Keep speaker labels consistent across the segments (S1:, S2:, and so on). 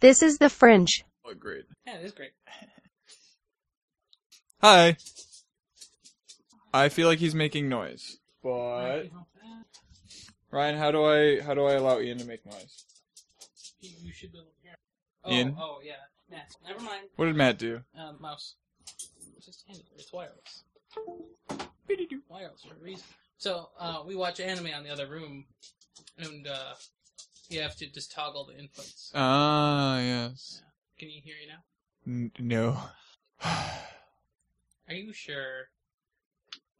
S1: This is the fringe.
S2: Oh, great.
S3: Yeah, it is great.
S2: Hi. I feel like he's making noise. But
S3: Uh,
S2: Ryan, how do I how do I allow Ian to make noise?
S3: You should be able to hear. Oh,
S2: Ian?
S3: oh yeah, Matt. Never mind.
S2: What did Matt do?
S3: Uh, mouse. It's just handy. It's wireless. Wireless for a reason. So uh, we watch anime on the other room, and uh, you have to just toggle the inputs.
S2: Ah, yes.
S3: Can you hear you now?
S2: N- no.
S3: Are you sure?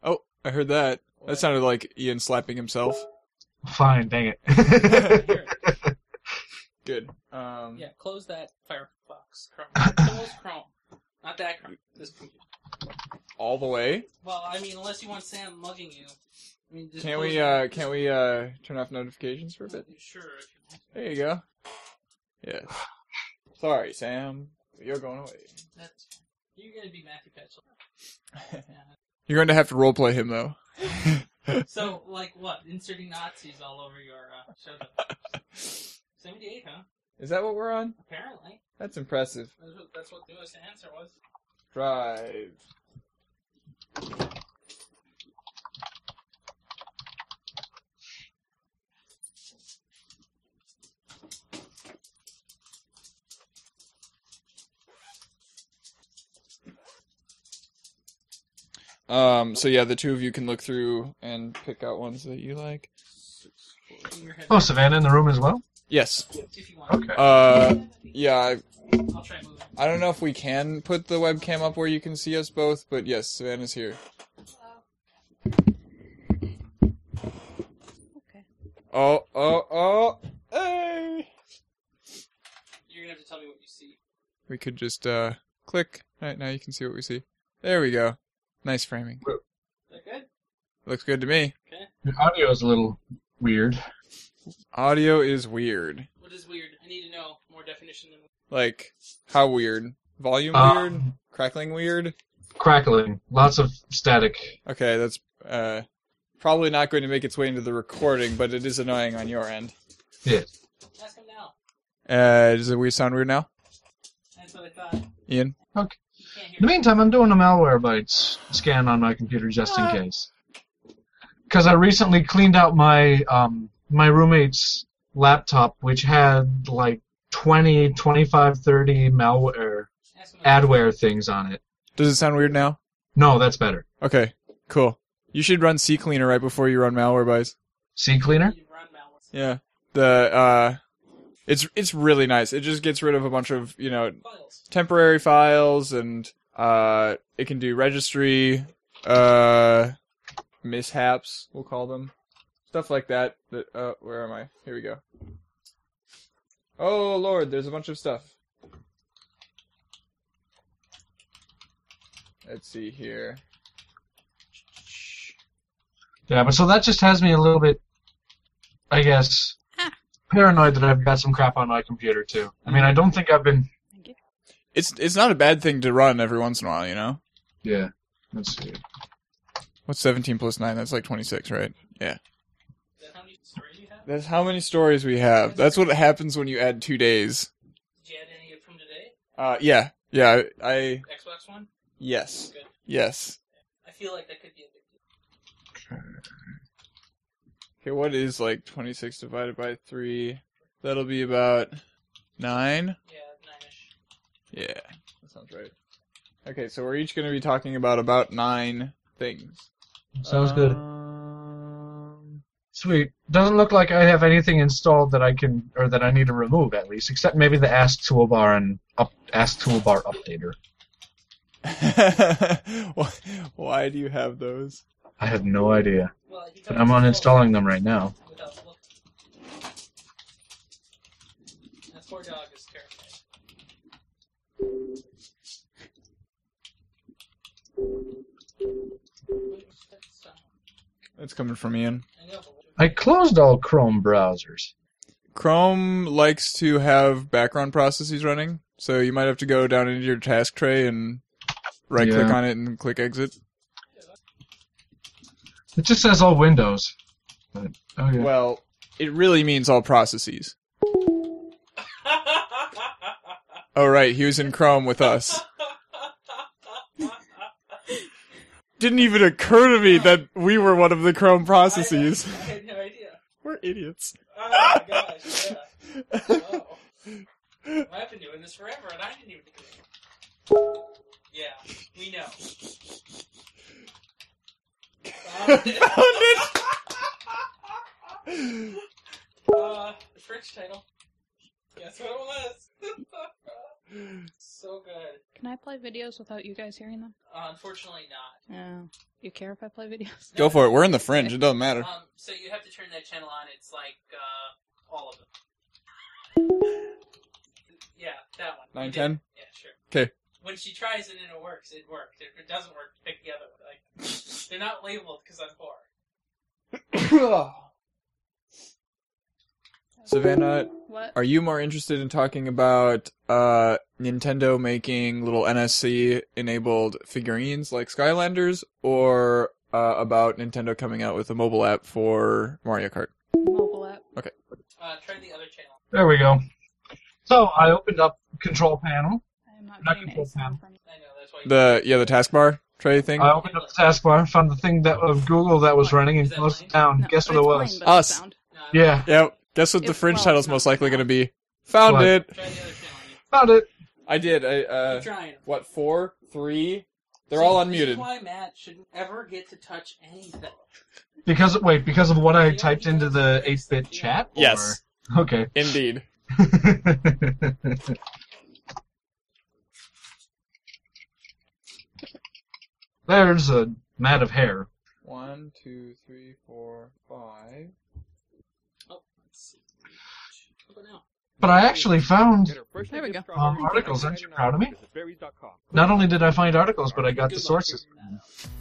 S2: oh, I heard that. That sounded like Ian slapping himself.
S4: Fine, dang
S3: Here
S4: it.
S3: it is.
S2: Good. Um,
S3: yeah, close that Firefox Chrome. Close Chrome. Not that Chrome. This computer.
S2: all the way.
S3: Well, I mean, unless you want Sam mugging you. I mean, just
S2: Can
S3: close
S2: we
S3: it.
S2: uh can we uh turn off notifications for a bit?
S3: Sure. if you want.
S2: There you go. Yes. Sorry, Sam. You're going away.
S3: That's you're gonna be Matthew Patchell.
S2: You're going to have to roleplay him though.
S3: So, like, what? Inserting Nazis all over your uh, show. Seventy-eight, huh?
S2: Is that what we're on?
S3: Apparently,
S2: That's impressive.
S3: that's what, that's what the newest answer was.
S2: Drive. Um, so yeah, the two of you can look through and pick out ones that you like.
S3: In your head,
S4: oh, Savannah in the room as well?
S2: Yes.
S3: if you want.
S4: Okay.
S2: Uh, yeah, I,
S3: I'll try moving.
S2: I don't know if we can put the webcam up where you can see us both, but yes, Savannah's here.
S1: Okay.
S2: Oh, oh, oh, hey!
S3: You're gonna have to tell me what you see.
S2: We could just, uh, click. Right now you can see what we see. There we go. Nice framing.
S3: Is that good?
S2: Looks good to me.
S4: The audio is a little weird.
S2: Audio is weird.
S3: What is weird? I need to know more definition than.
S2: Like, how weird? Volume
S4: Um,
S2: weird? Crackling weird?
S4: Crackling. Lots of static.
S2: Okay, that's, uh, probably not going to make its way into the recording, but it is annoying on your end.
S4: Yes.
S3: Ask him now.
S2: Uh, does it we sound weird now?
S3: That's what I thought.
S2: Ian?
S4: Okay.
S3: You can't hear.
S4: In the meantime, I'm doing a malwarebytes scan on my computer just in case. Because I recently cleaned out my um, my roommate's laptop, which had like 20, 25, 30 malware
S3: Ask him now.
S4: adware things on it.
S2: Does it sound weird now?
S4: No, that's better.
S2: Okay, cool. You should run C Cleaner right before you run Malwarebytes.
S4: Sea cleaner.
S3: You run malware.
S2: Yeah. The uh it's it's really nice. It just gets rid of a bunch of, you know,
S3: Files.
S2: temporary files and uh it can do registry uh mishaps, we'll call them. Stuff like that. That uh where am I? Here we go. Oh lord, there's a bunch of stuff. Let's see here.
S4: Yeah, but so that just has me a little bit, I guess, paranoid that I've got some crap on my computer too. I mean, I don't think I've been.
S2: It's it's not a bad thing to run every once in a while, you know?
S4: Yeah. Let's see.
S2: What's 17 plus 9? That's like 26, right?
S3: Is that how many stories you have?
S2: That's how many stories we have. That's what happens when you add two days.
S3: Did you add any from today?
S2: Uh, yeah. Yeah, I, I
S3: Xbox One.
S2: yes.
S3: Good.
S2: Yes.
S3: I feel like that could be a big deal.
S2: Okay, what is like 26 divided by 3? That'll be about 9?
S3: Yeah, nine-ish.
S2: Yeah. That sounds right. Okay, so we're each going to be talking about about 9 things.
S4: Sounds good.
S2: Um,
S4: Sweet. Doesn't look like I have anything installed that I can or that I need to remove at least, except maybe the Ask Toolbar and up, Ask Toolbar Updater.
S2: Uh, why- Why do you have those?
S4: I have no idea.
S3: Well, you
S4: But
S3: can
S4: I'm
S3: always
S4: uninstalling them right now.
S3: install Without looking. That poor dog is terrified. What was that sound?
S2: That's coming from Ian.
S3: I know, but what-
S4: I closed all Chrome browsers.
S2: Chrome likes to have background processes running, so you might have to go down into your task tray and right click
S4: Yeah.
S2: on it and click exit.
S4: It just says all Windows. But, oh yeah.
S2: Well, it really means all processes. Oh right, he was in Chrome with us. Didn't even occur to me that we were one of the Chrome processes.
S5: I, I had no idea.
S2: We're idiots.
S5: Oh my gosh, yeah. Wow. I've been doing this forever and I didn't even do it. Yeah, we know. Found it. uh, the French title. Guess what it was? so good.
S6: Can I play videos without you guys hearing them?
S5: Uh, unfortunately, not.
S6: No. You care if I play videos?
S2: Go for it. We're in the fringe. It doesn't matter.
S5: Um, so you have to turn that channel on. It's like uh, all of them. Yeah, that one.
S2: Nine
S5: You did.
S2: ten.
S5: Yeah, sure.
S2: 'Kay.
S5: When she tries it and it works, it worked. If it doesn't work, pick the other one. Like they're not labeled because I'm poor.
S2: Savannah,
S6: What?
S2: are you more interested in talking about uh, Nintendo making little NSC enabled figurines like Skylanders, or uh, about Nintendo coming out with a mobile app for Mario Kart?
S6: Mobile app.
S5: Uh, try the other channel.
S4: There we go. So I opened up control panel.
S6: I am not
S4: Not
S6: getting any
S4: control
S6: sound from
S5: I know that's why. You
S2: The yeah, the taskbar tray thing.
S4: I opened up the taskbar, found the thing that of Google that was
S5: What?
S4: running,
S5: Is
S4: and
S5: that
S4: closed
S5: mine?
S4: it down.
S6: No,
S4: Guess
S6: but
S4: what it
S6: it's playing,
S4: was?
S6: but the
S2: Us.
S6: sound-
S5: No, I'm-
S4: Yeah,
S2: Yep. Guess what the
S6: It-
S2: fringe
S6: well,
S2: title's
S6: not
S2: most likely
S6: now.
S2: going to be? Found
S4: What?
S2: it.
S5: Try the other channel. You
S4: found it.
S2: I did. I uh,
S5: keep trying. 'em.
S2: what four, three? They're
S5: See,
S2: all
S5: this is
S2: unmuted.
S5: Why Matt shouldn't ever get to touch anything.
S4: Because of- wait, because of what I
S5: Yeah,
S4: typed
S5: yeah.
S4: into the 8-bit chat. or-
S2: Yes,
S4: Okay.
S2: indeed.
S4: There's a mat of hair.
S2: One, two, three, four, five.
S5: Oh, let's see. How about now?
S4: But I actually found
S6: There we go.
S4: um, articles. Aren't you proud of me? Not only did I find articles, but I got
S5: Good
S4: the
S5: luck
S4: sources.
S5: figuring that out.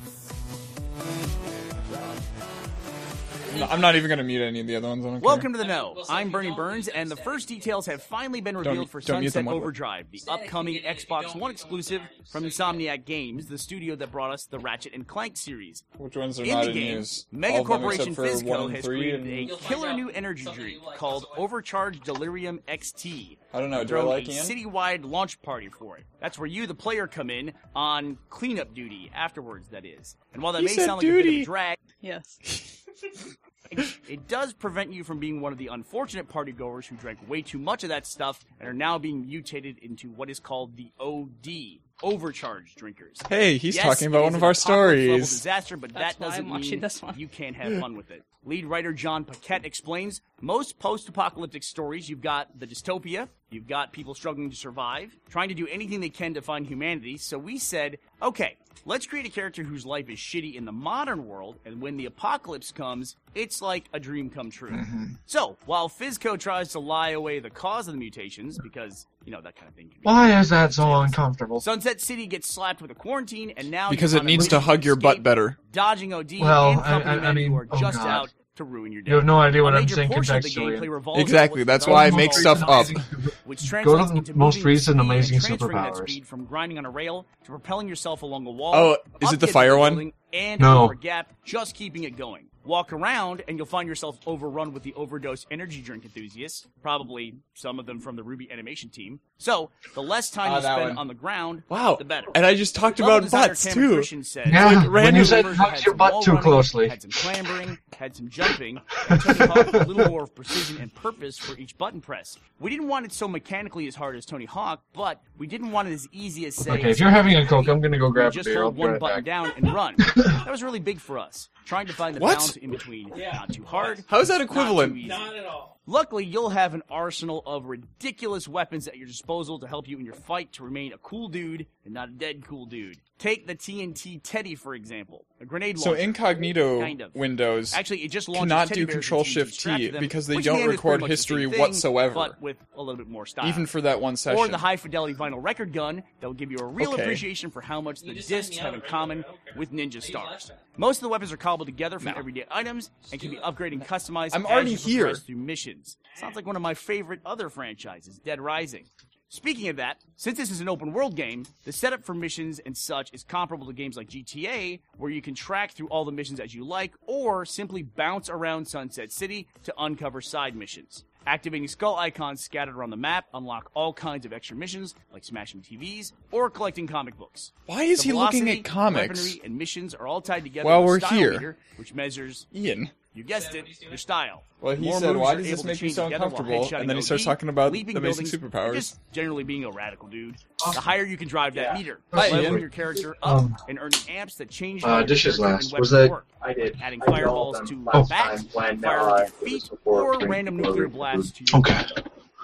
S2: I'm not- I'm not even going to mute any of the other ones. I don't care.
S7: Welcome to the know. I'm Bernie Burns, and the first details have finally been revealed for
S2: don't mute them,
S7: Sunset
S2: what-
S7: Overdrive, the upcoming Xbox One exclusive from Insomniac Games, the studio that brought us the Ratchet and Clank series.
S2: Which ones are
S7: In
S2: not
S7: the
S2: in
S7: game,
S2: use? All
S7: mega
S2: of them
S7: corporation
S2: except for one
S7: Fizco
S2: and
S7: has
S2: three
S7: created
S2: and-
S7: a
S5: You'll find
S7: killer
S5: out
S7: new energy
S5: something you
S7: drink
S5: like
S7: called
S5: also.
S7: Overcharged Delirium XT.
S2: I don't know. Do I
S7: Throw a
S2: like Ian?
S7: citywide launch party for it. That's where you, the player, come in on cleanup duty afterwards. That is, and while that
S2: He
S7: may
S2: said
S7: sound like a bit
S2: duty.
S7: of a drag,
S6: Yes.
S7: it does prevent you from being one of the unfortunate partygoers who drank way too much of that stuff and are now being mutated into what is called the OD, overcharge drinkers.
S2: Hey, he's
S7: Yes,
S2: talking
S7: it
S2: about one
S7: is
S2: of
S7: an
S2: our
S7: apocalypse-level
S2: stories.
S7: Disaster, but
S6: That's
S7: that
S6: why
S7: doesn't
S6: I'm watching
S7: mean
S6: this one.
S7: you can't have fun with it. Lead writer John Paquette explains most post-apocalyptic stories. You've got the dystopia. You've got people struggling to survive, trying to do anything they can to find humanity. So we said, okay, let's create a character whose life is shitty in the modern world, and when the apocalypse comes, it's like a dream come true.
S2: Hmm.
S7: So while Fizco tries to lie away the cause of the mutations, because you know that kind of thing. Can be
S4: Why is that so uncomfortable?
S7: Sunset City gets slapped with a quarantine, and now
S2: Because
S7: you're
S2: it
S7: on a
S2: needs to
S7: mission
S2: hug your butt
S7: escape,
S2: better.
S7: Dodging OD
S4: Well,
S7: and
S4: I-
S7: company
S4: I- I
S7: men
S4: mean,
S7: who are
S4: oh
S7: just
S4: God.
S7: out to ruin your day.
S4: You have no idea what
S7: A
S4: I'm
S7: major
S4: saying
S7: portion of the
S4: contextually.
S7: gameplay revolves
S2: Exactly,
S7: around
S2: that's
S7: what's
S2: why I
S7: known
S2: make
S7: as
S2: stuff up.
S7: amazing- Which
S4: Go to
S7: translates
S4: the
S7: into
S4: most
S7: moving
S4: recent
S7: speed
S4: amazing
S7: and transferring that
S4: superpowers.
S7: speed from grinding on a rail to propelling yourself along a wall.
S2: Oh, is
S7: up
S2: it the
S7: the edge of
S2: fire
S7: a
S2: one?
S7: building And
S4: No.
S7: over a gap, just keeping it going. Walk around, and you'll find yourself overrun with the overdose energy drink enthusiasts. Probably some of them from the Ruby animation team. So the less time
S2: Ah,
S7: you
S2: that
S7: spend
S2: one.
S7: on the ground,
S2: Wow.
S7: the better.
S2: And I just talked
S7: Level
S2: about
S7: designer
S2: butts
S7: Cameron
S2: too.
S7: Christian said,
S4: Yeah,
S2: Like,
S4: when
S2: random
S4: you said
S7: Mercer
S4: touch
S7: had
S4: your
S7: some
S4: butt
S7: wall
S4: too
S7: running,
S4: closely.
S7: Had some clambering, had some jumping, and Tony Hawk with a little more of precision and purpose for each button press. We didn't want it so mechanically as hard as Tony Hawk, but we didn't want it as easy as say.
S4: Okay, if you're having a Coke, I'm gonna go
S7: you
S4: grab a
S7: just
S4: beer. I'll
S7: hold
S4: be
S7: one
S4: right
S7: button
S4: back.
S7: down and run. That was really big for us, trying to find the
S2: What?
S7: balance in between.
S5: Yeah.
S7: Not too hard.
S2: How is that
S7: not too
S2: equivalent?
S7: easy.
S5: Not at all.
S7: Luckily, you'll have an arsenal of ridiculous weapons at your disposal to help you in your fight to remain a cool dude and not a dead cool dude. Take the TNT Teddy, for example. A grenade
S2: So
S7: launcher.
S2: incognito
S7: Kind of.
S2: windows.
S7: Actually, it just launches
S2: cannot
S7: teddy
S2: do
S7: bears with
S2: Control
S7: TNT
S2: Shift
S7: strapped
S2: T
S7: to them,
S2: because they
S7: which
S2: don't
S7: in the end is pretty
S2: record
S7: much the same
S2: history
S7: thing,
S2: whatsoever.
S7: But with a little bit more style.
S2: even for that one session.
S7: uh, or the high fidelity vinyl record gun that will give you a real
S2: Okay.
S7: appreciation for how much
S5: You
S7: the
S5: just signed
S7: discs
S5: me out
S7: have
S5: of
S7: in
S5: it,
S7: common
S5: I don't care.
S7: with Ninja
S5: I
S7: Stars.
S5: used that.
S7: Most of the weapons are cobbled together from
S2: No.
S7: everyday items and can be
S5: do it.
S7: upgraded and customized
S2: I'm
S7: as
S2: already
S7: you
S2: here.
S7: progress through missions. Sounds like one of my favorite other franchises, Dead Rising. Speaking of that, since this is an open world game, the setup for missions and such is comparable to games like GTA, where you can track through all the missions as you like, or simply bounce around Sunset City to uncover side missions. Activating skull icons scattered around the map unlock all kinds of extra missions, like smashing TVs or collecting comic books.
S2: Why is
S7: The
S2: he looking
S7: velocity,
S2: at comics?
S7: weaponry, and missions are all tied together
S2: While
S7: with a
S2: we're
S7: style
S2: here.
S7: meter, which measures,
S2: Ian.
S7: you guessed
S5: that
S7: it,
S5: what he's doing?
S7: your style.
S2: Well, he
S7: More
S2: said,
S7: moves
S2: "Why
S7: you're
S2: does
S7: able
S2: this
S7: to
S2: make me
S7: change
S2: so
S7: together while
S2: uncomfortable?"
S7: headshotting
S2: And then he starts
S7: OD,
S2: talking about
S7: leaping
S2: amazing
S7: buildings, and
S2: superpowers.
S7: Just generally being a radical dude. The
S4: Awesome.
S7: higher you can drive that
S8: Yeah.
S7: meter,
S4: Hi,
S7: leveling
S4: Ian.
S7: your character up
S4: Um,
S7: and earning amps that change
S4: uh,
S7: how your
S4: dishes
S7: character
S4: last.
S7: and weapons
S4: Was that-
S7: work.
S8: I did.
S7: Adding
S8: I rolled
S7: fireballs
S8: them
S7: to
S8: last
S7: backs,
S8: time when,
S7: fire
S8: uh,
S7: with
S8: it
S7: your
S8: was
S7: feet,
S8: before
S7: or
S8: Green
S7: random
S8: Glory
S7: nuclear
S8: was
S7: blasts to your
S4: Okay.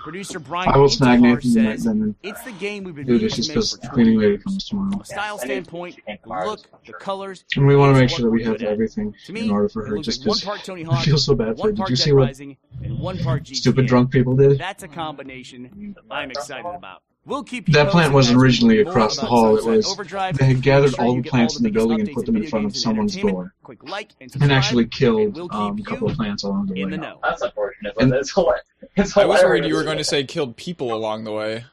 S7: Producer Brian
S4: I will snag
S7: Intigar
S4: Nathan and
S7: says,
S4: then
S7: It's the game we've been
S4: do
S7: meaning
S4: dishes
S7: to make
S4: because
S7: for 20
S4: cleaning lady
S7: years.
S4: comes tomorrow.
S7: From a style
S8: I didn't
S7: standpoint,
S8: think
S7: the
S8: cars,
S7: look, the
S8: sure.
S7: colors.
S4: And we want
S7: it's
S4: to make
S7: what
S4: sure that we
S7: we're
S4: have
S7: good at.
S4: everything
S7: To me,
S4: in order for
S7: it
S4: her.
S7: looks
S4: Just
S7: like one
S4: because
S7: part Tony
S4: I
S7: Hawk,
S4: feel so bad for her.
S7: one
S4: Did
S7: part
S4: you
S7: Dead
S4: see what
S7: Rising, and one part GTA.
S4: stupid drunk people did?
S7: That's a combination that I'm excited about. We'll keep you
S4: That
S7: posted
S4: plant wasn't
S7: as we
S4: originally
S7: learn more
S4: across the
S7: about
S4: hall, it
S7: Sunset
S4: was-
S7: Overdrive.
S4: They had
S7: Make
S4: gathered
S7: sure
S4: all
S7: you
S4: the
S7: get
S4: plants in the
S7: biggest
S4: building
S7: updates
S4: and put them in
S7: video
S4: front of
S7: games and
S4: someone's
S7: entertainment.
S4: door.
S7: Quick like and
S4: And
S7: subscribe.
S4: actually
S7: and
S4: killed
S7: we'll keep
S4: um, a couple
S7: you
S4: of plants along the
S7: in the
S4: way.
S7: know.
S8: That's unfortunate, but
S4: And-
S8: it's hila- it's hilarious.
S2: I was worried you were going to say killed people along the way.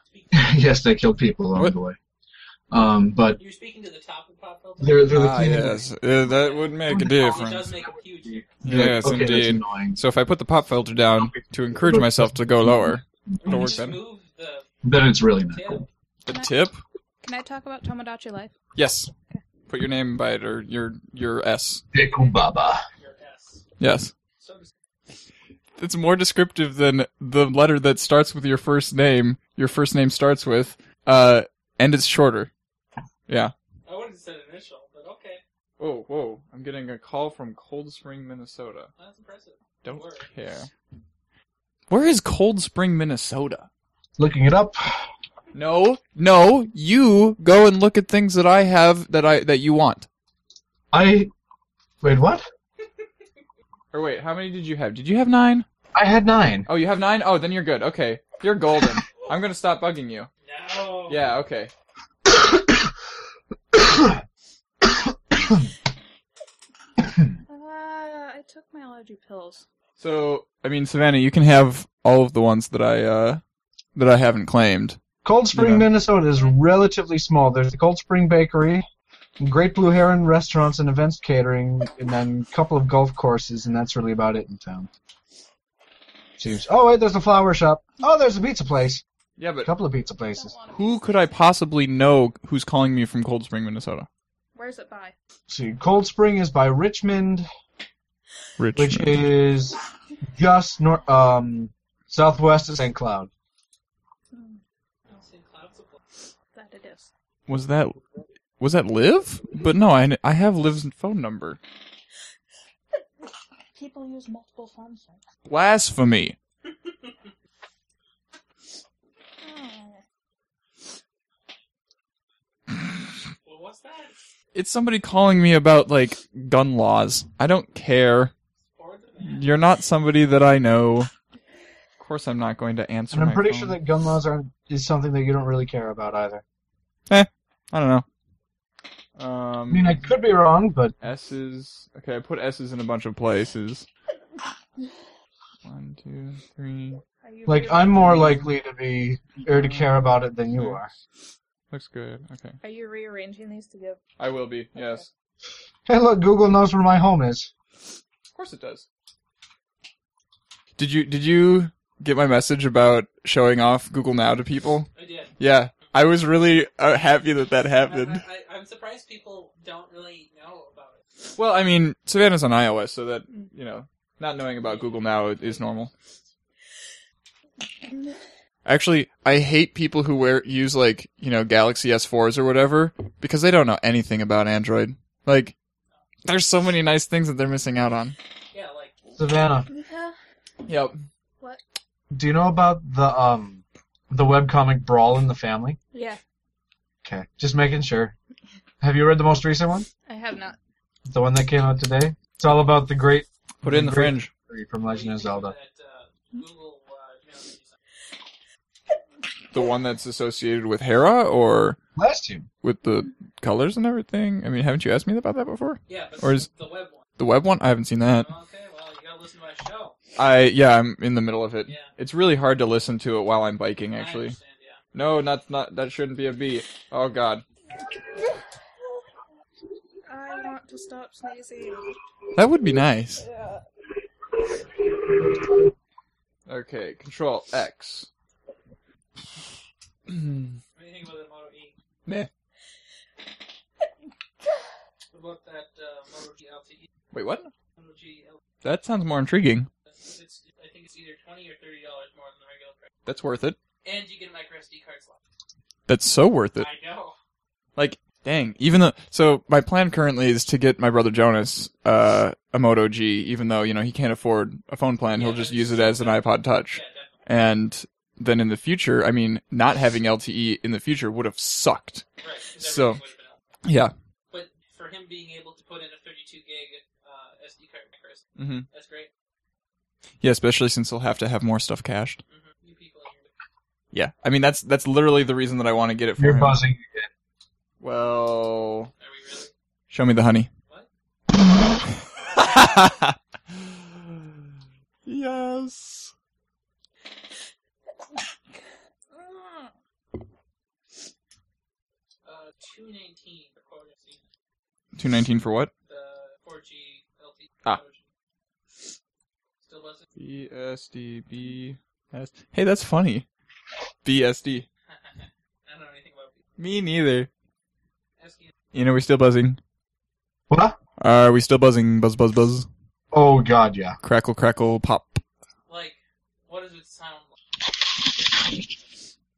S4: yes, they killed people along
S2: What?
S4: the way. Um, but
S5: You're speaking to the top of pop filter.
S4: they're, they're the
S2: Ah,
S4: thing-
S2: yes, Uh, that would make a
S5: It does
S2: difference.
S5: make a huge difference.
S4: they're like,
S2: Yes,
S4: okay, that's
S2: indeed.
S4: annoying.
S2: So if I put the pop filter down to encourage myself to go lower, it'll work
S5: Just
S2: then.
S5: move the
S4: Then it's really not cool.
S5: tail.
S2: The tip?
S6: Can I talk about Tomodachi Life?
S2: Yes. Put your name by it or your your S.
S4: Deku Baba.
S5: Your S.
S2: Yes.
S5: So to
S2: It's more descriptive than the letter that starts with your first name. Your first name starts with, uh, and it's shorter.
S5: I would have said initial, but okay.
S2: Whoa, whoa! I'm getting a call from Cold Spring, Minnesota.
S5: That's impressive.
S2: Don't
S5: Word.
S2: care. Where is Cold Spring, Minnesota?
S4: Looking it up.
S2: No, no, you go and look at things that I have that I that you want.
S4: I. Wait, what?
S2: Or wait, how many did you have? Did you have nine?
S4: I had nine.
S2: Oh, you have nine? Oh, then you're good. Okay. You're golden. I'm gonna stop bugging you.
S5: No.
S2: Yeah, okay.
S6: Uh, I took my allergy pills.
S2: So I mean Savannah, you can have all of the ones that I uh that I haven't claimed.
S4: Cold Spring,
S2: Yeah.
S4: Minnesota is relatively small. There's the Cold Spring Bakery, Great Blue Heron restaurants and events catering, and then a couple of golf courses, and that's really about it in town. Seems. Oh wait, there's a flower shop. Oh, there's a pizza place.
S2: Yeah,
S4: A
S2: but
S4: couple of pizza places.
S2: who could I possibly know who's calling me from Cold Spring, Minnesota?
S6: Where's it by?
S4: See, Cold Spring is by Richmond, which
S2: Richmond.
S4: is just north, um, southwest of St. Cloud.
S6: Hmm, that it is.
S2: Was that was that Liv? But no, I I have Liv's phone number.
S6: People use multiple phones. right?
S2: Blasphemy.
S6: Oh.
S5: Well, what's that?
S2: It's somebody calling me about like gun laws. I don't care.
S5: Forward the map.
S2: You're not somebody that I know. Of course, I'm not going to answer.
S4: And I'm
S2: my
S4: pretty
S2: phone.
S4: sure that gun laws aren't is something that you don't really care about either.
S2: I don't know.
S4: I mean,
S2: Um,
S4: I could be wrong, but
S2: S's. Okay, I put S's in a bunch of places. One, two, three.
S6: Are you
S4: like
S6: really-
S4: I'm more likely to be or to care about it than you are.
S2: Looks good. Okay,
S6: Are you rearranging these to give?
S2: I will be. Yes,
S4: Hey, look, Google knows where my home is.
S2: of course it does. Did you did you get my message about showing off Google Now to people?
S5: I did.
S2: Yeah, I was really uh, happy that that
S5: I,
S2: happened.
S5: I, I, I'm surprised people don't really know about it.
S2: Well, I mean, Savannah's on iOS, so that you know, not knowing about Google Now is normal. Actually, I hate people who wear use like you know Galaxy S4s or whatever because they don't know anything about Android. Like, there's so many nice things that they're missing out on.
S5: Yeah, like
S4: Savannah,
S6: Yeah.
S2: Yep.
S4: do you know about the um the webcomic Brawl in the Family?
S6: Yeah,
S4: Okay, just making sure. Have you read the most recent one?
S6: I have not.
S4: The one that came out today? It's all about the great
S2: Put it in the fringe.
S4: three from Legend of Zelda.
S5: That, uh, Google, uh, you know, that you sent.
S2: The one that's associated with Hera or
S4: Last year.
S2: with the colors and everything. I mean, haven't you asked me about that before?
S5: yeah, but
S2: Or is-
S5: the web one. Oh,
S2: The web one? I haven't seen that.
S5: Okay, well, you gotta listen to my show.
S2: I yeah, I'm in the middle of it.
S5: Yeah.
S2: It's really hard to listen to it while I'm biking
S5: I
S2: actually.
S5: understand, yeah.
S2: No, not not that shouldn't be a B. Oh god.
S6: I want to stop sneezing.
S2: That would be nice. Okay, Control X. Meh.
S3: What do you think about the Moto E? What about that uh, Moto G
S5: E?
S3: LTE?
S2: Wait, what?
S3: Moto G LTE?
S2: That sounds more intriguing.
S5: E.
S3: It's, I think it's either twenty or thirty dollars more than the regular price,
S2: That's worth it.
S3: and you get a
S5: E
S3: micro SD card slot.
S2: That's so worth it.
S3: I know.
S2: Like, dang, even though, so my plan currently is to get my brother Jonas, uh, a Moto G, even though, you know, he can't afford a phone plan, he'll
S3: Yeah,
S2: just
S3: that's-
S2: use it as an iPod Touch.
S3: Yeah, definitely.
S2: And then in the future, I mean, not having LTE in the future would have sucked.
S3: Right. 'cause
S2: So-
S3: everything would've been up.
S2: Yeah.
S3: But for him being able to put in a 32 gig uh, SD card micro, SD,
S2: Mm-hmm.
S3: that's great.
S2: Yeah, especially since he'll have to have more stuff cached.
S3: hmm You people, in your-
S2: Yeah. I mean, that's, that's literally the reason that I want to get it for
S4: You're
S2: him.
S4: buzzing.
S2: Well,
S3: are we really?
S2: show me the honey.
S3: What?
S2: yes.
S9: Mm.
S3: Uh, 219 for quarter season.
S2: 219 for what?
S3: The 4G LTE.
S2: Ah.
S3: version. Still wasn't.
S2: BSD BS. Hey, that's funny. BSD.
S3: I don't know anything about these.
S2: Me neither.
S3: SD.
S2: You know, we're still buzzing.
S4: What?
S2: Are we still buzzing? Buzz, buzz, buzz.
S4: Oh god, yeah.
S2: Crackle, crackle, pop.
S3: Like, what does it sound like?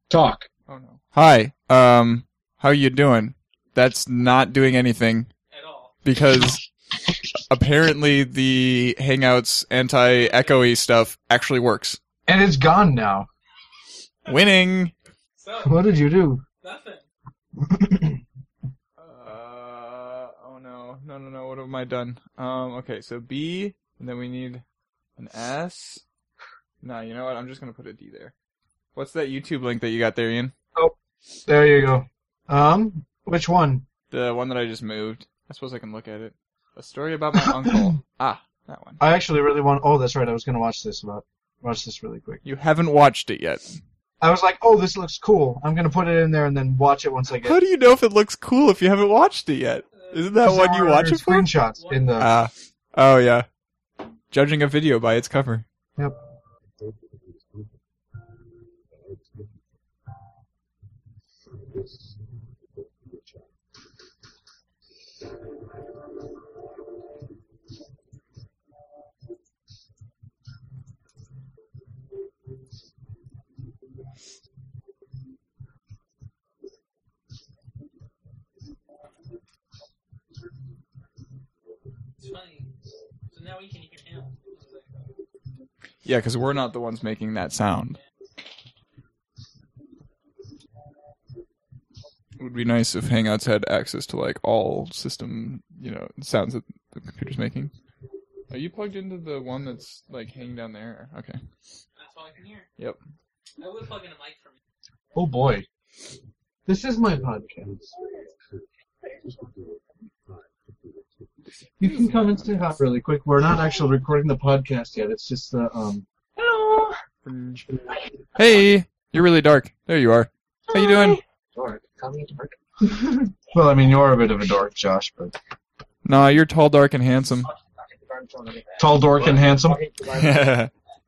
S4: Talk.
S2: Oh no. Hi. Um, how you doing? That's not doing anything
S3: At all.
S2: because apparently the Hangouts anti-echoey stuff actually works.
S4: And it's gone now.
S2: Winning.
S3: So,
S4: What did you do?
S3: nothing.
S2: Uh, oh no, no, no, no. What have I done? Um, okay, so B, and then we need an S. Nah, you know what? I'm just gonna put a D there. What's that YouTube link that you got there, Ian?
S4: There you go. Um, which one?
S2: The one that I just moved. I suppose I can look at it. A story about my uncle. Ah, that one.
S4: I actually really want. Oh, that's right. I was gonna watch this about. Watch this really quick.
S2: You haven't watched it yet.
S4: I was like, oh, this looks cool. I'm gonna put it in there and then watch it once I
S2: How
S4: get.
S2: do you know if it looks cool if you haven't watched it yet? Isn't that what you
S4: Bizarre
S2: watch it for?
S4: Screenshots in the.
S2: Ah, oh yeah. Judging a video by its cover.
S3: It's funny. So now we can hear him. It's like,
S2: Yeah, because we're not the ones making that sound. It would be nice if Hangouts had access to like all system, you know, sounds that the computer's making. Are you plugged into the one that's like hanging down there? Okay.
S3: That's all I can hear.
S2: Yep.
S3: I would plug in a mic for me.
S4: Oh boy. This is my podcast. You can come and say hi really quick. We're not actually recording the podcast yet. It's just the um.
S9: Hello.
S2: Hey, you're really dark. There you are. How you doing?
S4: Dork. Call me a dork. well, I mean, you're a bit of a dork, Josh, but
S2: Nah, you're tall, dark, and handsome.
S4: tall, dork, and handsome.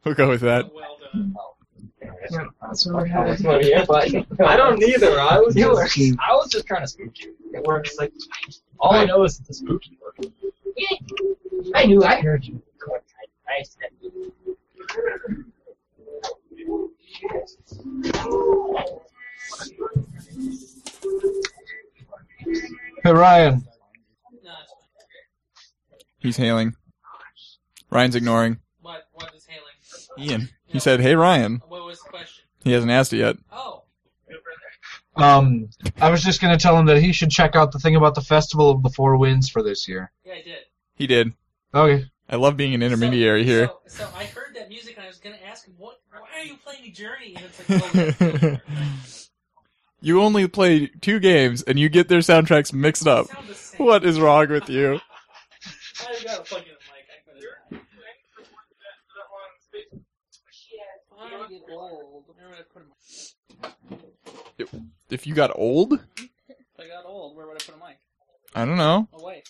S2: we'll go with that.
S3: Well done.
S8: I don't either. I was
S10: You
S8: just, I was just trying to spook you.
S10: It works like
S8: All I know is the spooky word.
S10: I knew I heard you.
S8: I said,
S4: Hey Ryan,
S3: No, it's fine.
S2: He's hailing. Ryan's ignoring.
S3: What, what is hailing?
S2: Ian. He said, "Hey, Ryan."
S3: What was the question?
S2: He hasn't asked it yet.
S3: Oh,
S4: um, I was just gonna tell him that he should check out the thing about the Festival of the Four Winds for this year.
S3: yeah, I did.
S2: He did.
S4: Okay.
S2: I love being an intermediary
S3: so,
S2: here.
S3: So, so I heard that music and I was gonna ask him, what? Why are you playing Journey? And it's like, well, that's Journey.
S2: you only play two games and you get their soundtracks mixed
S3: They
S2: up.
S3: sound the same.
S2: What is wrong with you?
S3: I gotta plug in a mic. I'm gonna get old. Where would I put a mic?
S2: If you got old,
S3: If I got old, where would I put a mic?
S2: I don't know.
S3: Away.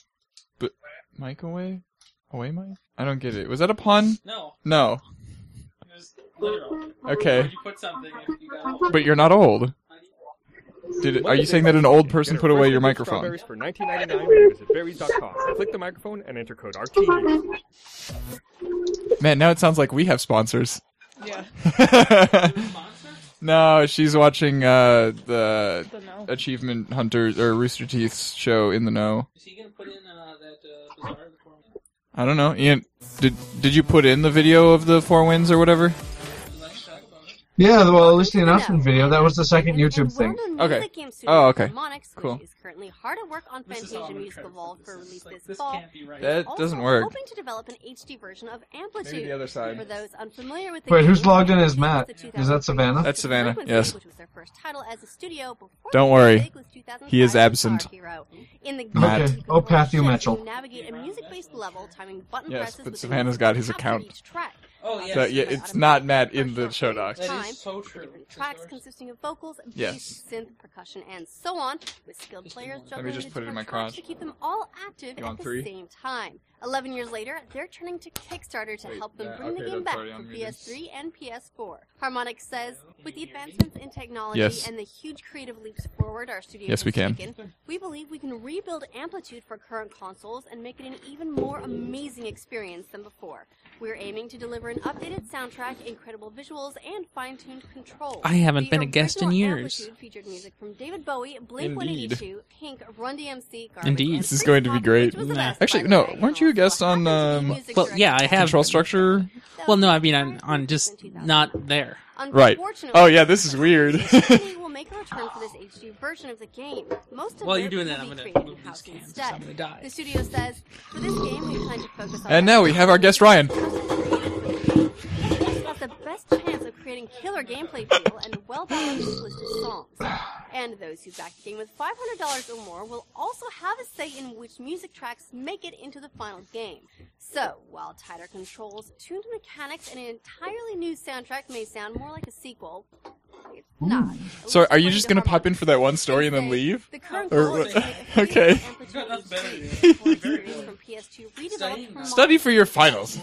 S2: Mike away? Away, Mike? I don't get it. Was that a pun?
S3: No.
S2: No.
S3: It was
S5: literal.
S2: Okay.
S5: You put something after you got home.
S2: But you're not old. Did, are you saying that an old person put away your microphone?
S11: Strawberries for 19.99. Visit berries.com. Click the microphone and enter code RT.
S2: Man, now it sounds like we have sponsors.
S6: Yeah.
S5: Monster?
S2: no, she's watching uh, the
S6: The no.
S2: Achievement Hunters or Rooster Teeth's show in the know.
S5: Is he gonna put in uh, that uh, bizarre before me?
S2: I don't know. Ian, did did you put in the video of the four wins or whatever?
S5: Would you like to talk about it?
S4: Yeah, well, at least the announcement video. That was the second YouTube thing.
S2: Okay. Oh,
S1: Oh,
S2: okay.
S1: okay.
S2: Cool.
S1: Cool. Is currently hard at work on
S5: This is all
S1: Fantasia
S5: I'm
S1: Music
S5: trying to
S1: Evolved
S5: focus
S1: for
S5: on.
S1: release
S5: It's like,
S1: this
S5: this
S1: fall.
S5: can't be right.
S2: That
S1: Also,
S2: doesn't work.
S1: Hoping to develop an HD version of Amplitude.
S2: Maybe the other side.
S1: For those unfamiliar with the
S4: Wait,
S1: game,
S4: who's logged in as
S1: this
S4: Matt?
S1: the
S4: Is that Savannah?
S2: That's Savannah,
S1: Frequency,
S2: yes.
S1: which was their first title as a studio before
S2: Don't
S1: the
S2: worry.
S1: big with 2005
S2: He is
S1: Guitar
S2: absent.
S1: Hero. In the game,
S2: Matt.
S1: you can
S4: Okay. Oh, Path, you
S1: shift
S4: Mitchell.
S1: to Navigate a music-based level, timing button
S2: Yes,
S1: presses
S2: but
S1: with
S2: Savannah's
S1: the
S2: got his
S1: after
S2: account.
S1: each track.
S5: Oh yeah.
S2: So, yeah, it's not Matt in the show docs.
S5: That is so true.
S1: Tracks consisting of vocals, bass,
S2: Yes.
S1: synth, percussion, and so on, with skilled players
S5: Let me
S1: juggling
S2: just
S1: the
S2: put it in
S1: different
S2: my
S1: tracks
S2: crotch.
S1: to keep them all active at
S2: You want
S1: the
S2: three?
S1: same time. Eleven years later, they're turning to Kickstarter to
S2: Wait,
S1: help them
S2: yeah,
S1: bring
S2: okay,
S1: the game
S2: that's
S1: back
S2: already
S1: to
S2: on me.
S1: PS3 and PS4. Harmonix says, with the advancements in technology
S2: Yes.
S1: and the huge creative leaps forward our studio
S2: Yes, we
S1: has
S2: can.
S1: taken, we believe we can rebuild Amplitude for current consoles and make it an even more amazing experience than before. We're aiming to deliver an updated soundtrack, incredible visuals, and fine-tuned controls.
S3: I haven't
S1: The
S3: been a guest in
S1: original
S3: years.
S1: Amplitude featured music from David Bowie, Blink-182, Pink, Run DMC, Garbage,
S3: Indeed.
S1: and
S3: This
S2: is
S1: Freak
S2: going to be
S1: Pop,
S2: great.
S1: which was the
S3: Nah.
S1: best,
S2: Actually,
S1: by the
S2: no,
S1: way.
S2: weren't you a guest
S1: What happened
S2: on,
S1: to
S2: um,
S1: music
S3: Well, yeah, I
S1: director?
S3: have.
S2: Control structure.
S3: Well, no, I mean on on just not there.
S2: Right.
S1: Unfortunately,
S2: Oh yeah, this is weird.
S1: Disney will make a return for this HD version of the game. Most of
S5: While
S1: it
S5: you're doing
S1: will
S5: that, I'm
S1: be
S5: gonna
S1: created
S5: move these
S1: in-house
S5: cans.
S1: instead.
S5: I'm gonna die.
S1: The studio says, for this game, we plan to focus on
S2: and now we have our guest Ryan.
S1: This has the best chance of creating killer gameplay feel and well-balanced list of songs. And those who back the game with $500 or more will also have a say in which music tracks make it into the final game. So, while tighter controls, tuned mechanics, and an entirely new soundtrack may sound more like a sequel, it's not. At least
S2: So are you
S1: according
S2: just
S1: to
S2: gonna pop
S1: Harmonix.
S2: in for that one story and then leave?
S1: The current
S2: Or
S1: goal is
S2: what-
S1: to make a
S2: okay.
S1: feature amplitude
S5: Got nothing better to do.
S1: HD from PS2
S5: Study
S1: redeveloped from
S2: Study for your finals.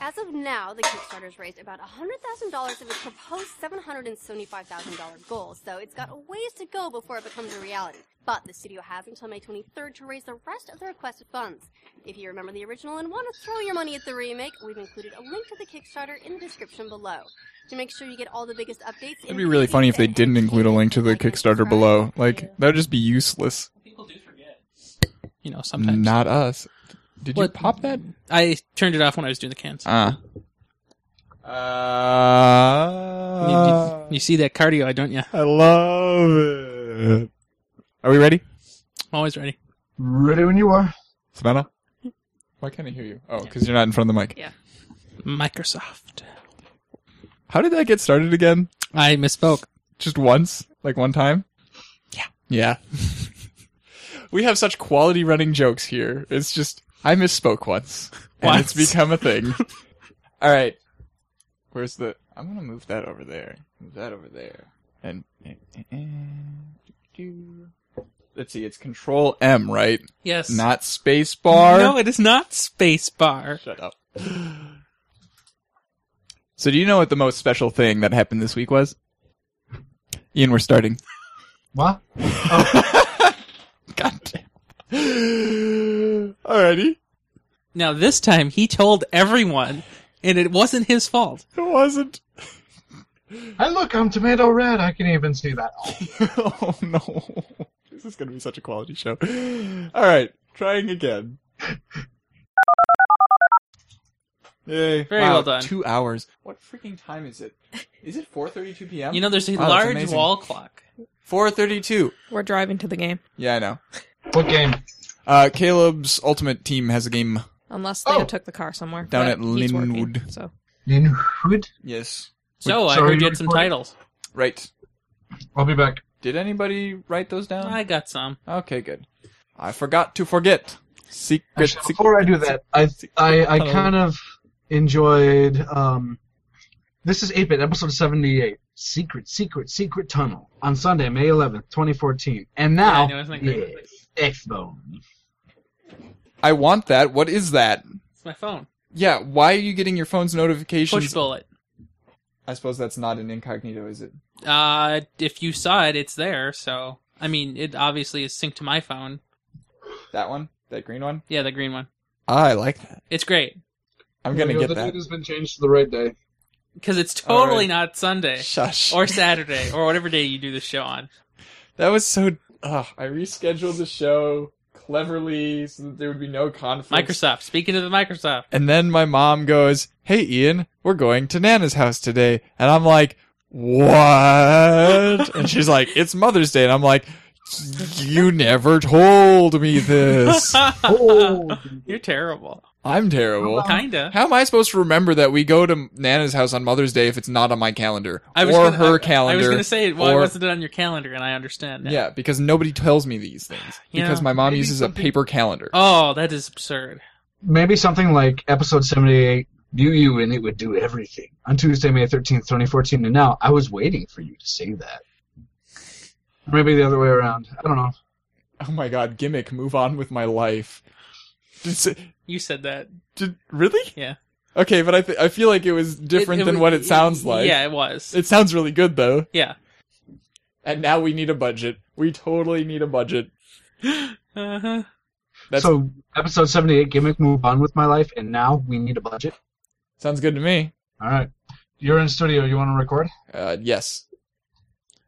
S1: as of now, the Kickstarter's raised about $100,000 of its proposed $775,000 goal, so it's got a ways to go before it becomes a reality. But the studio has until May 23rd to raise the rest of the requested funds. If you remember the original and want to throw your money at the remake, we've included a link to the Kickstarter in the description below. To make sure you get all the biggest updates,
S2: It'd be really funny if they didn't include a link to the Kickstarter below. Like that would just be useless.
S5: People do forget.
S3: You know, sometimes
S2: Not us. Did you
S3: What? Uh.
S2: pop that?
S3: I turned it off when I was doing the cans.
S2: Ah.
S3: You- you-
S2: Uh,
S3: you see that cardio, I don't you?
S2: I love it. Are we ready,
S3: I'm always ready.
S4: Ready when you are.
S2: Savannah? Why can't I hear you? Oh, because you're not in front of the mic.
S3: Microsoft.
S2: How did that get started again?
S3: I misspoke.
S2: Just once? Like one time? Yeah. Yeah. we have such quality running jokes here. It's just, I misspoke once. And it's
S3: Once.
S2: become a thing. All right. Where's the. I'm going to move that over there. Move that over there. And. Let's see, it's Control M, right?
S3: Yes.
S2: Not space bar.
S3: No, it is not space bar.
S2: Shut up. So, do you know what the most special thing that happened this week was? Ian, we're starting.
S4: What?
S2: God damn. Alrighty.
S3: Now this time he told everyone, and it wasn't his fault.
S2: It wasn't.
S4: Hey, look, I'm tomato red. I can even see that.
S2: oh no. This is going to be such a quality show. Alright, trying again. Yay.
S3: Very
S2: Wow,
S3: well done.
S2: Two hours. What freaking time is it? Is it 4.32 p.m.?
S3: You know, there's
S2: Wow,
S3: a
S2: Oh, that's
S3: large
S2: amazing.
S3: wall clock.
S2: 4.32.
S12: We're driving to the game.
S2: Yeah, I know.
S4: What game?
S2: Uh, Caleb's ultimate team has a game
S12: Unless Theo
S4: Oh.
S12: took the car somewhere.
S2: Down
S12: but
S2: at
S12: he's working,
S2: Linwood.
S12: So
S4: In Hood?
S2: Yes.
S3: So I
S4: sorry,
S3: heard you
S4: you
S3: had some
S4: recorded?
S3: titles.
S2: Right.
S4: I'll be back.
S2: Did anybody write those down?
S3: I got some.
S2: Okay, good. I forgot to forget. Secret.
S4: Actually, before I do that, I I, I kind of enjoyed. Um, this is 8 bit, episode 78. Secret, secret, secret tunnel on Sunday, May 11th, 2014. And
S3: Yeah,
S4: now,
S3: I know, isn't that great?
S4: yeah, Xbone.
S2: I want that. What is that?
S3: It's my phone.
S2: Yeah, why are you getting your phone's notifications?
S3: Push bullet.
S2: I suppose that's not an incognito, is it?
S3: Uh, if you saw it, it's there. So I mean, it obviously is synced to my phone.
S2: That one, that green one.
S3: Yeah, the green one.
S2: Ah, I like that.
S3: It's great
S2: I'm gonna get
S4: the
S2: that.
S4: date has been changed to the right day.
S3: because it's
S2: All right.
S3: totally not Sunday
S2: Shush.
S3: or Saturday or whatever day you do the show on.
S2: That was so. Ugh, I rescheduled the show cleverly so that there would be no conflict.
S3: Microsoft. Speaking to the Microsoft.
S2: And then my mom goes, "Hey, Ian, we're going to Nana's house today," and I'm like, "What?" and she's like, "It's Mother's Day," and I'm like, "You never told me this. Oh.
S3: You're terrible.
S2: I'm terrible."
S3: Kinda.
S2: How am I supposed to remember that we go to Nana's house on Mother's Day if it's not on my calendar
S3: I was
S2: or
S3: gonna,
S2: her
S3: I-
S2: calendar?
S3: I was going to say, why
S2: or-
S3: wasn't it on your calendar? And I understand that.
S2: Yeah, because nobody tells me these things
S3: You
S2: because
S3: know,
S2: my mom
S4: maybe
S2: uses
S4: something-
S2: a paper calendar.
S3: Oh, that is absurd.
S4: Maybe something like episode 78, knew you and it would do everything. On Tuesday, May 13th, 2014, and now I was waiting for you to say that. Or Maybe the other way around. I don't know.
S2: Oh my god, gimmick, move on with my life. Did, s-
S3: You said that.
S2: did, really?
S3: Yeah.
S2: Okay, but I, th- I feel like it was different
S3: It- it
S2: than
S3: was-
S2: what it sounds like.
S3: Yeah, it was.
S2: It sounds really good, though.
S3: yeah.
S2: And now we need a budget. We totally need a budget.
S3: Uh-huh.
S2: That's-
S4: So, episode 78, gimmick, move on with my life, and now we need a budget.
S2: Sounds good to me.
S4: All right. You're in studio. You want to record?
S2: Uh, yes.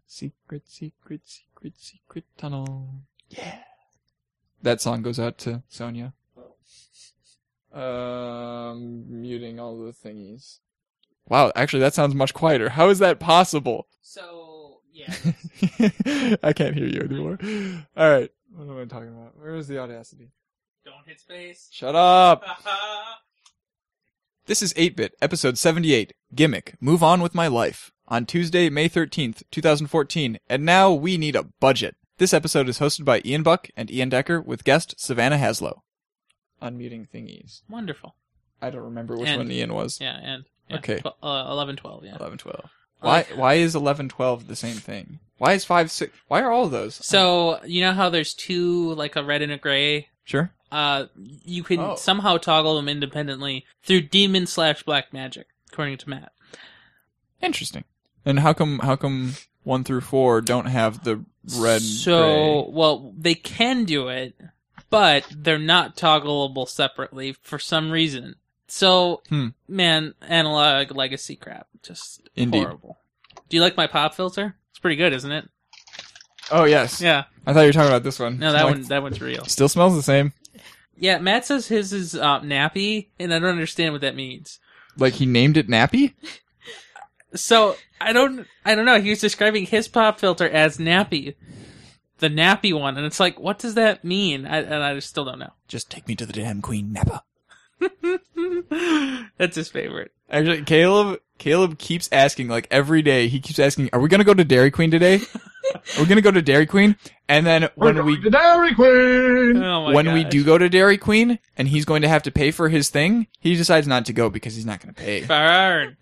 S2: Secret, secret, secret, secret tunnel. Yeah. That song goes out to Sonia. Um, muting all the thingies. Wow, actually, that sounds much quieter. How is that possible?
S5: So yeah,
S2: I can't hear you anymore. All right, what am I talking about? Where is the audacity?
S5: don't hit space.
S2: Shut up.
S5: Ah-ha.
S2: This is 8 Bit, episode 78, Gimmick, Move On With My Life, on Tuesday, May 13th, 2014, and now we need a budget. This episode is hosted by Ian Buck and Ian Decker with guest Savannah Haslow. Unmuting thingies.
S3: Wonderful.
S2: I don't remember which
S3: And-
S2: one Ian was.
S3: Yeah, and. yeah,
S2: Okay.
S3: tw- uh, 11, 12, yeah.
S2: Eleven, twelve. Why, why is eleven, twelve the same thing? Why is 5, 6, why are all of those?
S3: So, you know how there's two, like a red and a gray?
S2: Sure.
S3: Uh, you can
S2: Oh.
S3: somehow toggle them independently through demon slash black magic, according to Matt.
S2: Interesting. And how come, how come 1 through 4 don't have the red
S3: So, well, they can do it, but they're not toggleable separately for some reason. So,
S2: Hmm.
S3: man, analog legacy crap. Just
S2: Indeed.
S3: horrible. Do you like my pop filter? It's pretty good, isn't it?
S2: Oh, yes.
S3: Yeah.
S2: I thought you were talking about this one.
S3: No, that
S2: Like,
S3: one that one's real.
S2: Still smells the same.
S3: Yeah, Matt says his is uh, nappy, and I don't understand what that means.
S2: Like he named it Nappy?
S3: So I don't I don't know. He was describing his pop filter as nappy, the nappy one, and it's like, what does that mean? I, and I just still don't
S2: Just take me to the damn Queen Nappa.
S3: know. That's his favorite.
S2: Actually, Caleb Caleb keeps asking like every day. He keeps asking, "Are we gonna go to Dairy Queen today? Are we gonna go to Dairy Queen?" And then when we
S4: the Dairy Queen!
S3: Oh my
S2: when we
S3: gosh.
S2: do go to Dairy Queen, and he's going to have to pay for his thing, he decides not to go because he's not gonna pay.
S3: Burn.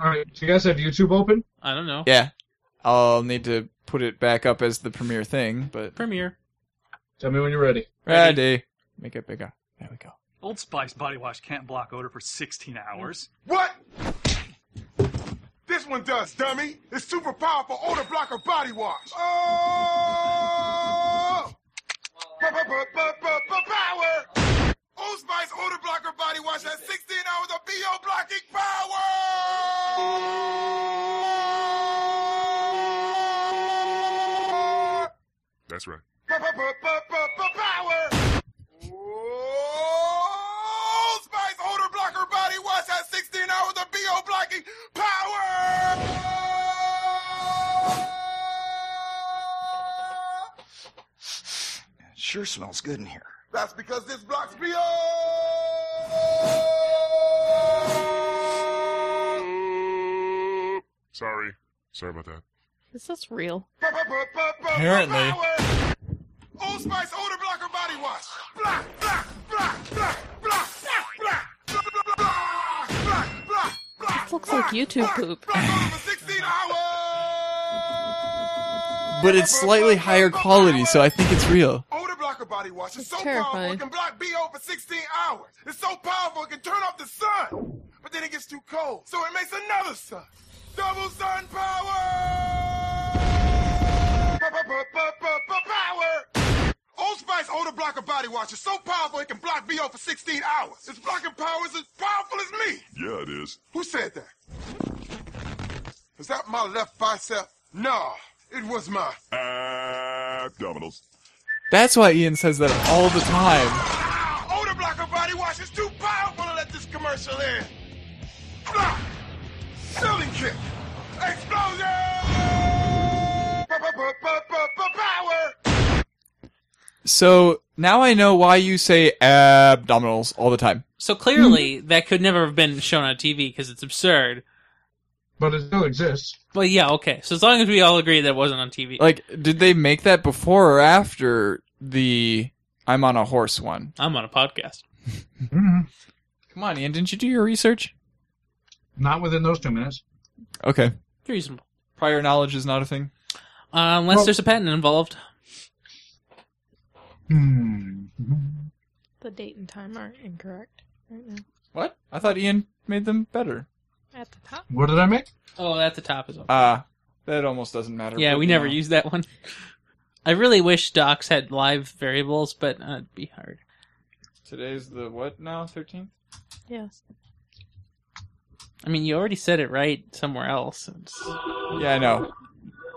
S4: All right. Do you guys have YouTube open?
S3: I don't know.
S2: Yeah, I'll need to put it back up as the premiere thing, but
S3: Premiere.
S4: Tell me when you're ready.
S3: Ready.
S2: ready, make it bigger. There we go.
S12: Old Spice body wash can't block odor for 16 hours.
S13: What? This one does, dummy. It's super powerful odor blocker body wash. Oh! Power! Old Spice odor blocker body wash has 16 hours of BO blocking power!
S11: That's right.
S13: Power! Old Spice odor blocker body wash has 16 hours of BO blocking power!
S12: Sure smells good in here.
S13: That's because this blocks BO!
S11: Sorry. Sorry about that.
S6: Is this real?
S2: Apparently.
S13: Old Spice odor blocker body wash. Block, block, block, block, block, block, block, block, block, block, block, block.
S6: This looks like
S13: block,
S6: YouTube
S13: block,
S6: poop.
S13: Block odor for 16 hours.
S2: But it's slightly higher quality, so I think it's real.
S13: Odor blocker body wash is
S6: That's
S13: so powerful
S6: terrifying.
S13: it can block BO for 16 hours. It's so powerful it can turn off the sun. but then it gets too cold, so it makes another sun. Double sun power! Power! Old Spice oh, older blocker body wash is so powerful it can block BO for 16 hours. Its blocking power is as powerful as me.
S14: Yeah, it is.
S13: Who said that? Is that my left bicep? No, it was my
S14: Abdominals.
S2: That's why Ian says that all the time.
S13: older blocker body wash is too powerful to let this commercial in. Block! Ceiling kick! Explosion! Power!
S2: So now I know why you say abdominals all the time.
S3: So clearly, that could never have been shown on TV because it's absurd.
S4: But it still exists.
S3: Well, yeah, okay. So as long as we all agree that it wasn't on TV,
S2: Like, did they make that before or after the I'm on a horse one?
S3: I'm on a podcast.
S4: Hmm.
S2: Come on, Ian, didn't you do your research?
S4: Not within those two minutes.
S2: Okay.
S3: Reasonable.
S2: Prior knowledge is not a thing.
S3: Uh, unless there's a patent involved.
S4: Hmm.
S6: The date and time are incorrect right now.
S2: What? I thought Ian made them better.
S6: At the top.
S4: What did I make?
S3: Oh, at the top is.
S2: Ah, that almost doesn't matter.
S3: Yeah,
S2: but
S3: we
S2: you
S3: never
S2: know.
S3: used that one. I really wish docs had live variables, but uh, it'd be hard.
S2: Today's the what now? Thirteenth.
S6: Yes.
S3: I mean, you already said it right somewhere else. It's-
S2: Yeah, I know.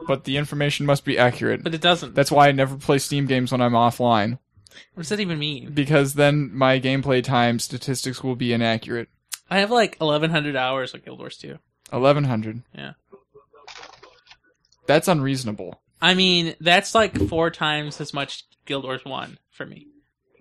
S2: But the information must be accurate. But
S3: it doesn't.
S2: That's why I never play Steam games when I'm offline.
S3: What does that even mean?
S2: Because then my gameplay time statistics will be inaccurate.
S3: I have like 1,100 hours of Guild Wars 2.
S2: 1100.
S3: Yeah.
S2: That's unreasonable.
S3: I mean, that's like four times as much Guild Wars 1 for me.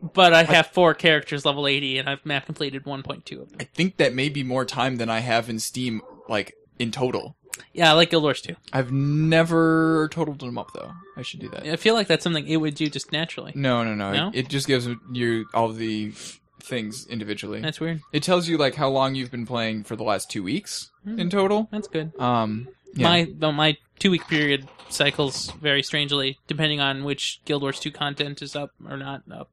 S3: But I have four characters level 80, and I've map completed 1.2 of them.
S2: I think that may be more time than I have in Steam, like, in total.
S3: Yeah, I like Guild Wars 2.
S2: I've never totaled them up, though. I should do that.
S3: I feel like that's something it would do just naturally.
S2: No, no, no.
S3: No?
S2: It, it just gives you all the things individually.
S3: That's weird.
S2: It tells you like how long you've been playing for the last two weeks
S3: Hmm.
S2: in total.
S3: That's good.
S2: Um, yeah.
S3: My though my two week period cycles very strangely depending on which Guild Wars 2 content is up or not up.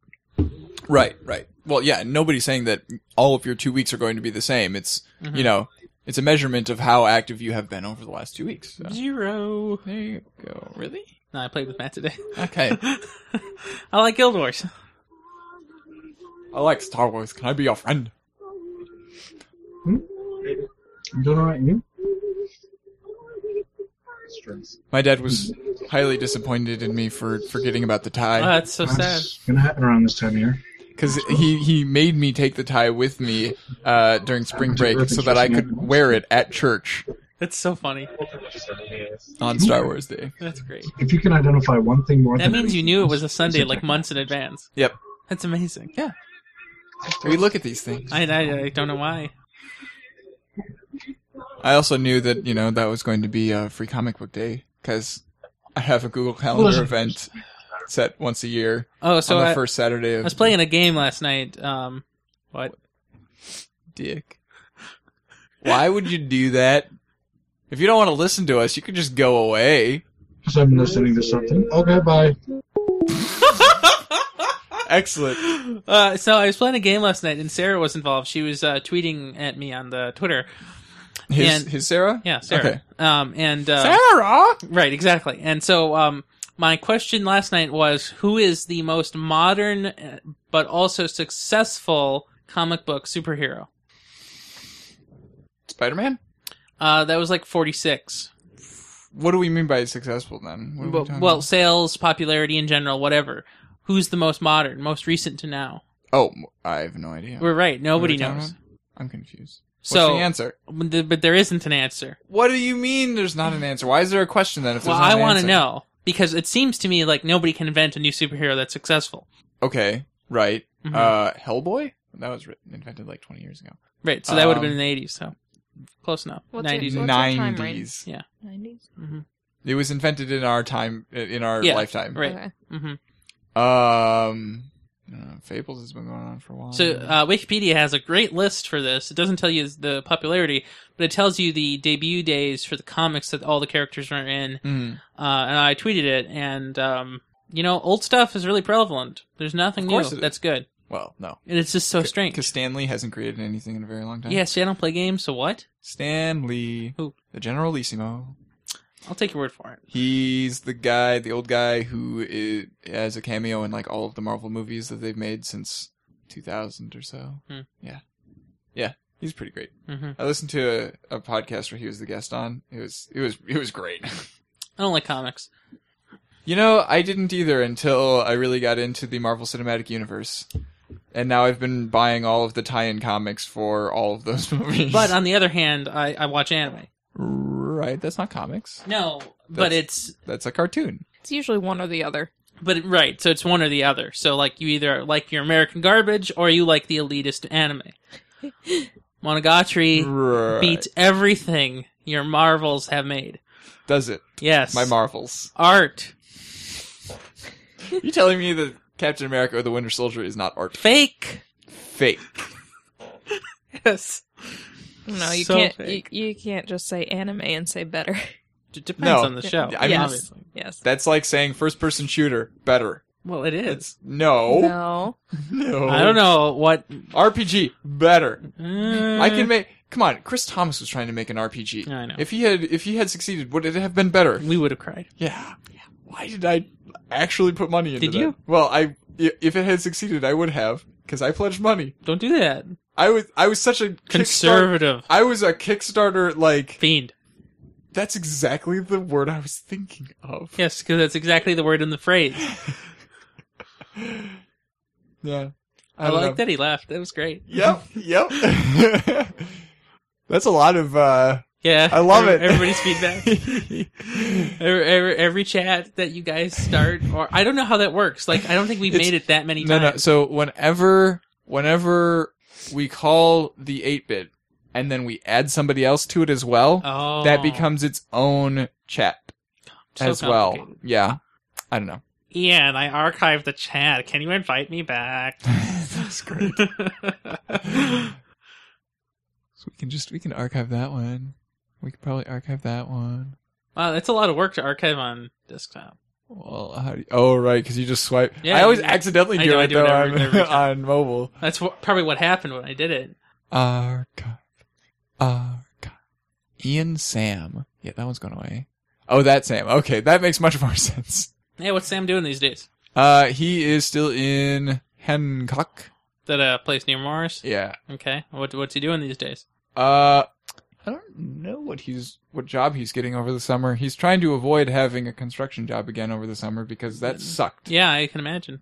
S2: right, right. Well, yeah. Nobody's saying that all of your two weeks are going to be the same. It's
S3: Mhm.
S2: you know, it's a measurement of how active you have been over the last two weeks. so.
S3: Zero.
S2: There you go. Really?
S3: No, I played with Matt today.
S2: Okay.
S3: I like Guild Wars.
S2: I like Star Wars. Can I be your friend?
S4: I'm doing alright, you?
S2: My dad was highly disappointed in me for forgetting about the tie.
S3: Oh, that's so sad.
S4: Gonna happen around this time of year.
S2: because he, he made me take the tie with me uh, during spring break so that I could wear it at church
S3: That's so funny.
S2: on Star Wars Day.
S3: That's great.
S4: If you can identify one thing more
S3: That
S4: than
S3: means you knew it was a Sunday like months in advance.
S2: Yep.
S3: That's amazing. Yeah.
S2: We look at these things.
S3: I, I, I don't know why.
S2: I also knew that you know that was going to be a free comic book day because I have a Google Calendar
S3: Listen.
S2: event set once a year.
S3: Oh, so
S2: on the
S3: I-
S2: first Saturday
S3: I
S2: of
S3: was playing a game last night. Um, what?
S2: Dick. Why would you do that? If you don't want to listen to us, you could just go away.
S4: Because I'm listening to something. Okay, bye.
S2: Excellent.
S3: Uh, so I was playing a game last night, and Sarah was involved. She was uh, tweeting at me on the Twitter.
S2: His- his Sarah?
S3: Yeah, Sarah.
S2: Okay.
S3: Um, and uh,
S2: Sarah.
S3: Right, exactly. And so, um, my question last night was, who is the most modern uh, but also successful comic book superhero?
S2: Spider Man.
S3: Uh, that was like forty six.
S2: What do we mean by successful then? What are we
S3: Well,
S2: talking
S3: well,
S2: about?
S3: sales, popularity in general, whatever. Who's the most modern, most recent to now?
S2: oh, I have no idea.
S3: We're right. Nobody
S2: What are we talking
S3: knows.
S2: about? I'm confused. What's
S3: So
S2: the answer?
S3: But th- but there isn't an answer.
S2: What do you mean there's not an answer? Why is there a question then if
S3: well,
S2: there's not
S3: I
S2: an
S3: want to
S2: answer?
S3: know because it seems to me like nobody can invent a new superhero that's successful.
S2: Okay, right.
S3: Mhm.
S2: Uh, Hellboy? That was written, invented like 20 years ago.
S3: Right. So that would have been
S2: Um,
S3: in the eighties. So close enough.
S6: What's it-
S3: Nineties.
S6: what's it time range?
S2: 90s.
S3: Yeah.
S6: 90s?
S3: Mm-hmm.
S2: It was invented in our time, in our
S3: Yeah,
S2: lifetime.
S3: Right. Mm-hmm.
S2: Um, I don't know, Fables has been going on for a while.
S3: So uh, Wikipedia has a great list for this. It doesn't tell you the popularity, but it tells you the debut days for the comics that all the characters are in.
S2: Mm.
S3: Uh, and I tweeted it, and um, you know, old stuff is really prevalent. There's nothing
S2: Of
S3: new
S2: course it is.
S3: that's good.
S2: Well, no.
S3: And it's just so Oh, strange.
S2: Because Stanley hasn't created anything in a very long time.
S3: Yes, yeah, I don't play games, so what?
S2: Stanley.
S3: Who?
S2: The Generalissimo.
S3: I'll take your word for it.
S2: He's the guy, the old guy who is, has a cameo in like all of the Marvel movies that they've made since 2000 or so.
S3: Hmm.
S2: Yeah. Yeah. He's pretty great.
S3: Mhm.
S2: I listened to a, a podcast where he was the guest on. It was it was it was great.
S3: I don't like comics.
S2: You know, I didn't either until I really got into the Marvel Cinematic Universe. And now I've been buying all of the tie-in comics for all of those movies.
S3: But um, on the other hand, I, I watch anime.
S2: right, that's not comics.
S3: No, but
S2: That's-
S3: it's
S2: that's a cartoon.
S15: It's usually one or the other.
S3: But right, so it's one or the other. So like you either like your American garbage or you like the elitist anime. Monogatari
S2: Right.
S3: beats everything your Marvels have made.
S2: Does it?
S3: Yes.
S2: My Marvels.
S3: Art.
S2: You telling me that Captain America or the Winter Soldier is not art?
S3: Fake.
S2: Fake.
S15: Yes. No, you
S3: So
S15: can't. You,
S3: fake.
S15: you can't just say anime and say better.
S3: It
S2: No. I mean,
S15: yes. Yes.
S2: That's like saying first-person shooter better.
S3: Well, it is.
S2: No.
S15: No.
S2: No.
S3: I don't know what
S2: RPG better.
S3: Mm.
S2: I can make. Come on, Chris Thomas was trying to make an RPG.
S3: I know.
S2: If he had, if he had succeeded, would it have been better?
S3: We would have cried.
S2: Yeah. Why did I actually put money into
S3: Did
S2: that?
S3: you?
S2: Well, I i- if it had succeeded, I would have because I pledged money.
S3: Don't do that.
S2: I was I was such a Kickstar-
S3: Conservative.
S2: I was a Kickstarter like
S3: fiend.
S2: That's exactly the word I was thinking of.
S3: Yes, because that's exactly the word in the phrase.
S2: Yeah.
S3: I,
S2: don't
S3: like
S2: know.
S3: that he laughed. That was great.
S2: Yep. Yep. That's a lot of. uh
S3: Yeah,
S2: I love
S3: every-
S2: it.
S3: Everybody's feedback. every, every every chat that you guys start, or I don't know how that works. Like I don't think we've
S2: It's-
S3: made it that many
S2: No,
S3: times.
S2: no. So whenever whenever we call the eight bit and then we add somebody else to it as well,
S3: Oh.
S2: that becomes its own chat
S3: So
S2: as well.
S3: complicated.
S2: Yeah. I don't know.
S3: Ian, I archived the chat. Can you invite me back?
S2: That's great. so we can just we can archive that one. We could probably archive that one.
S3: Wow, that's a lot of work to archive on desktop.
S2: Well, how do you, oh right, because you just swipe.
S3: Yeah,
S2: I always
S3: you-
S2: accidentally
S3: I
S2: do
S3: know, I
S2: it
S3: do
S2: though
S3: it every-
S2: on,
S3: every time.
S2: on mobile.
S3: That's what, probably what happened when I did it.
S2: Archive. Archive. Ian Sam. Yeah, that one's gone away. Oh, that Sam. Okay, that makes much more sense.
S3: Hey, what's Sam doing these days?
S2: Uh, he is still in Hancock.
S3: That uh, place near Mars.
S2: Yeah.
S3: Okay. What what's he doing these days?
S2: Uh, I don't know what he's what job he's getting over the summer. He's trying to avoid having a construction job again over the summer because
S3: Mm.
S2: that sucked.
S3: Yeah, I can imagine.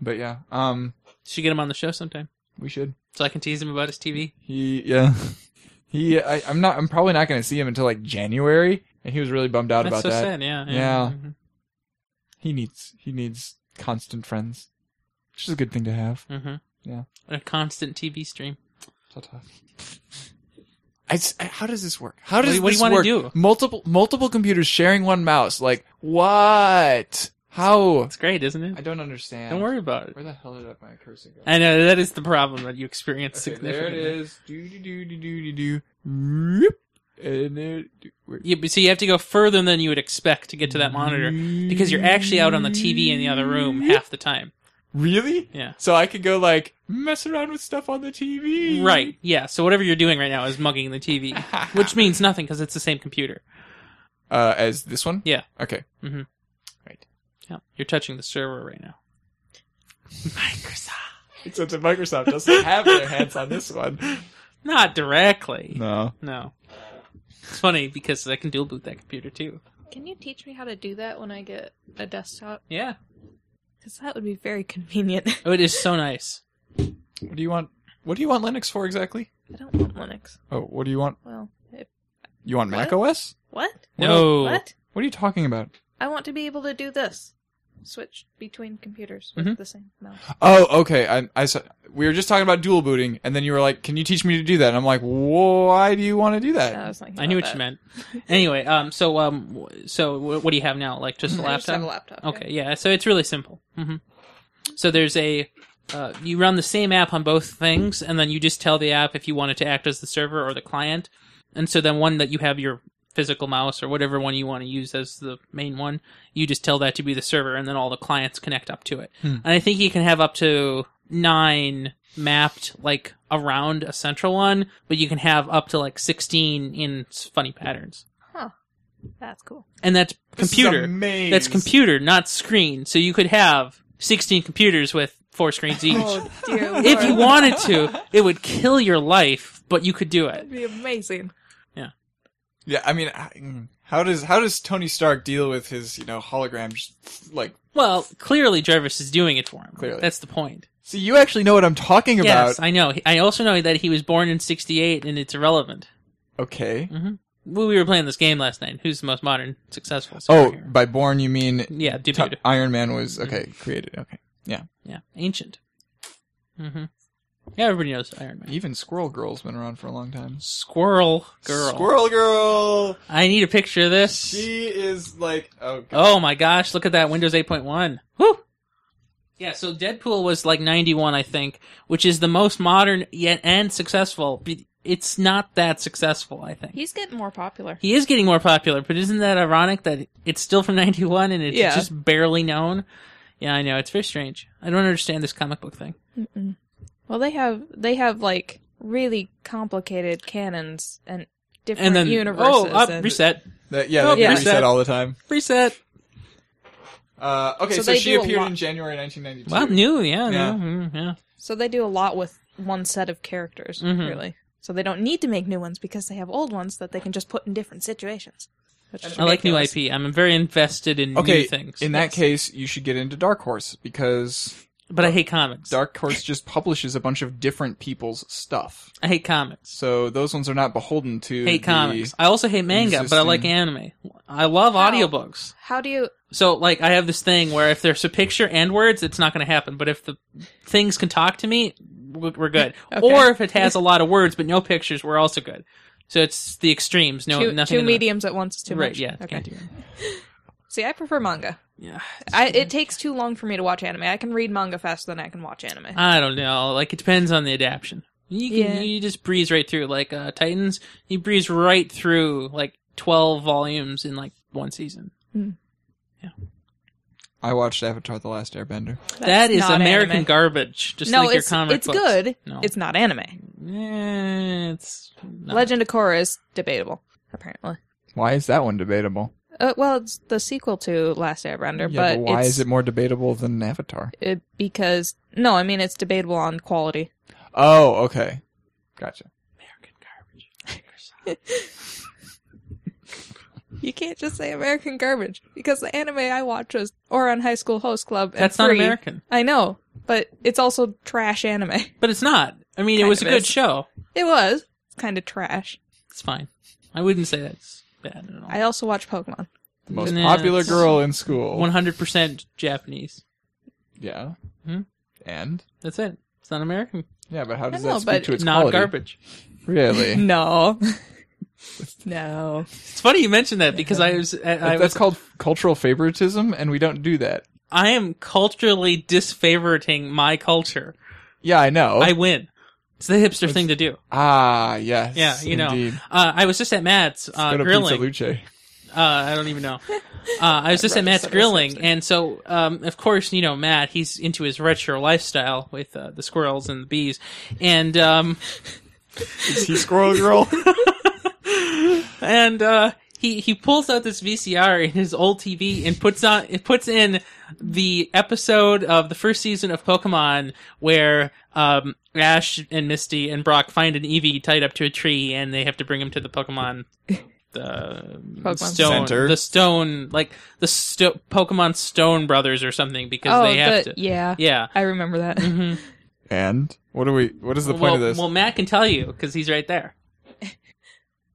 S2: But yeah, um,
S3: Should get him on the show sometime,
S2: we should.
S3: so I can tease him about his TV.
S2: He yeah. He I, I'm not I'm probably not going to see him until like January, and he was really bummed out
S3: That's
S2: about
S3: so
S2: that.
S3: sad, yeah, yeah, mhm.
S2: He needs he needs constant friends, which is a good thing to have.
S3: Mm-hmm.
S2: Yeah.
S3: A constant TV stream.
S2: I s how does this work? How
S3: What
S2: does
S3: do you- what do
S2: this
S3: you wanna
S2: work?
S3: do?
S2: Multiple multiple computers sharing one mouse. Like what? How?
S3: It's great, isn't it?
S2: I don't understand.
S3: Don't worry about it.
S2: Where the hell did I- my cursor go?
S3: I know that is the problem that you experience
S2: Okay, there it
S3: significantly.
S2: is. Do do do do do do do. Whoop. And there. where-
S3: Yeah, but see, you have to go further than you would expect to get to that monitor because you're actually out on the TV in the other room half the time.
S2: Really?
S3: Yeah.
S2: So I could go like mess around with stuff on the TV.
S3: Right. Yeah. So whatever you're doing right now is mugging the TV, which means nothing because it's the same computer.
S2: Uh, as this one.
S3: Yeah.
S2: Okay.
S3: Mm-hmm.
S2: Right.
S3: Yeah. You're touching the server right now.
S2: Except that Microsoft doesn't have their hands on this one.
S3: Not directly.
S2: No.
S3: No. It's funny because I can dual boot that computer too.
S15: Can you teach me how to do that when I get a desktop?
S3: Yeah.
S15: Because that would be very convenient.
S3: Oh, it is so nice.
S2: What do you want? What do you want Linux for exactly?
S15: I don't want Linux.
S2: Oh, what do you want?
S15: Well, if,
S2: You want Mac OS?
S15: what?
S2: What
S3: No.
S2: do-
S15: What?
S2: What are you talking about?
S15: I want to be able to do this. Switch between computers with
S3: Mm-hmm.
S2: Mhm.
S15: the same mouse.
S2: Oh, okay. I, I saw, we were just talking about dual booting, and then you were like, "Can you teach me to do that?" And I'm like, "Why do you want to do that?"
S15: I was thinking
S3: I knew what
S15: about
S3: you
S15: that.
S3: meant. Anyway, um, so um, w- so wh- what do you have now? Like just a
S15: I
S3: laptop?
S15: just have a laptop, yeah.
S3: Okay, yeah. So it's really simple. hmm So there's a, uh, you run the same app on both things, and then you just tell the app if you want it to act as the server or the client, and so then one that you have your physical mouse or whatever one you want to use as the main one, you just tell that to be the server, and then all the clients connect up to it.
S2: Hmm.
S3: And I think you can have up to nine mapped like around a central one, but you can have up to like sixteen in s- funny patterns.
S15: Huh. That's cool.
S3: And that's
S15: This is
S3: computer.
S15: a maze.
S3: That's computer, not screen. So you could have sixteen computers with four screens each.
S15: Oh, dear
S3: if you
S15: Lord.
S3: wanted to, it would kill your life, but you could do it.
S15: That'd be amazing.
S2: Yeah, I mean, I- mm, how does how does Tony Stark deal with his you know hologram? Just like,
S3: Well, clearly Jarvis is doing it for him. Clearly, that's the point.
S2: see, you actually know what I'm talking
S3: Yes,
S2: about.
S3: I know. I also know that he was born in '68, and it's irrelevant.
S2: Okay.
S3: hmm Well, we were playing this game last night. Who's the most modern, successful?
S2: Oh,
S3: superhero?
S2: by born you mean
S3: Yeah,
S2: t-
S3: debuted.
S2: Iron Man was okay created. Okay, yeah,
S3: yeah, ancient. hmm Yeah, everybody knows Iron Man.
S2: Even Squirrel Girl's been around for a long time.
S3: Squirrel girl.
S2: Squirrel Girl.
S3: I need a picture of this.
S2: She is like oh god.
S3: Oh my gosh! Look at that Windows 8.1. Woo! Yeah, so Deadpool was like 91, I think, which is the most modern yet and successful. But It's not that successful, I think.
S15: He's getting more popular.
S3: He is getting more popular, but isn't that ironic that it's still from 91 and it's
S15: Yeah.
S3: just barely known? Yeah, I know. It's very strange. I don't understand this comic book thing.
S15: Mm-mm. Well, they have they have like really complicated canons and different
S3: and then,
S15: universes.
S3: oh, up,
S15: and-
S3: reset.
S2: That- yeah,
S15: Oh,
S2: they get
S15: yeah.
S2: reset all the time.
S3: Reset.
S2: Uh, okay,
S15: So
S2: so,
S15: they
S2: she
S15: do a
S2: appeared
S15: lot-
S2: in January 1992.
S3: Well, new, yeah,
S2: Yeah.
S3: New, mm, yeah.
S15: So they do a lot with one set of characters,
S3: Mhm.
S15: really. So they don't need to make new ones because they have old ones that they can just put in different situations. Which is
S3: I like new
S15: ridiculous.
S3: IP. I'm very invested in
S2: Okay,
S3: new things.
S2: in that case, you should get into Dark Horse because.
S3: But I hate comics.
S2: Dark Horse just publishes a bunch of different people's stuff.
S3: I hate comics.
S2: So those ones are not beholden to.
S3: hate
S2: the
S3: comics. I also hate manga, but I like
S2: existing-
S3: anime. I love audiobooks.
S15: How do you?
S3: So like I have this thing where if there's a picture and words, it's not going to happen. But if the things can talk to me, w- we're good.
S15: Okay.
S3: Or if it has a lot of words but no pictures, we're also good. So it's the extremes. No,
S15: two,
S3: nothing.
S15: two
S3: in the-
S15: mediums at once is too
S3: right?
S15: much.
S3: Yeah.
S15: Okay.
S3: can't do that.
S15: See, I prefer manga.
S3: Yeah.
S15: I, it takes too long for me to watch anime. I can read manga faster than I can watch anime.
S3: I don't know. Like it depends on the adaptation. You can
S15: Yeah.
S3: you just breeze right through. Like uh, Titans, you breeze right through like twelve volumes in like one season.
S2: I watched Avatar: The Last Airbender.
S15: That's
S3: That is
S15: not
S3: American
S15: anime.
S3: garbage. Just
S15: no,
S3: like your
S15: it's
S3: comic
S15: it's
S3: books.
S15: good.
S3: No.
S15: It's not anime.
S3: Eh, it's not.
S15: Legend of Korra is debatable, apparently.
S2: Why is that one debatable?
S15: Uh, well, it's the sequel to Last Airbender,
S2: yeah, but, why
S15: it's,
S2: is it more debatable than Avatar?
S15: it because no, I mean it's debatable on quality.
S2: Oh, okay, gotcha.
S15: You can't just say American garbage because the anime I watch is Oran High School Host Club. and
S3: That's not
S15: Free.
S3: American.
S15: I know, but it's also trash anime.
S3: But it's not. I mean, it
S15: Kind
S3: was a
S15: of
S3: good
S15: is.
S3: show.
S15: It was kind of trash.
S3: It's fine. I wouldn't say that's bad at all.
S15: I also watch Pokemon.
S2: The most
S3: Nah,
S2: popular
S3: it's
S2: girl in school.
S3: 100% Japanese.
S2: Yeah.
S3: Hmm?
S2: And
S3: That's it. It's not American.
S2: yeah, but how does
S3: I know,
S2: that
S3: but
S2: speak to its
S3: not
S2: quality? Eh.
S3: garbage.
S2: Really?
S15: No. no.
S3: It's funny you mentioned that because I was I, I
S2: That's
S3: was
S2: called cultural favoritism, and we don't do that.
S3: I am culturally disfavoriting my culture.
S2: Yeah, I know.
S3: I win. It's the hipster
S2: It's-
S3: thing to do.
S2: ah, yes.
S3: Yeah, you
S2: indeed.
S3: know. Uh, I was just at Matt's uh,
S2: Go to
S3: grilling.
S2: Pizza Luce.
S3: Uh, I don't even know. Uh, I was just at Matt's grilling, and so um, of course you know Matt. He's into his retro lifestyle with uh, the squirrels and the bees, and um,
S2: Is he Squirrel Girl?
S3: and uh, he he pulls out this VCR in his old TV and puts on it puts in the episode of the first season of Pokemon where um, Ash and Misty and Brock find an Eevee tied up to a tree and they have to bring him to the Pokemon the
S15: Pokemon
S3: stone
S2: Center.
S3: the stone like the sto- Pokemon Stone Brothers or something because
S15: Oh,
S3: they have
S15: the-
S3: to
S15: yeah.
S3: yeah
S15: I remember that.
S3: Mhm.
S2: And what are we? What is the point
S3: well,
S2: of this?
S3: well, Matt can tell you because he's right there.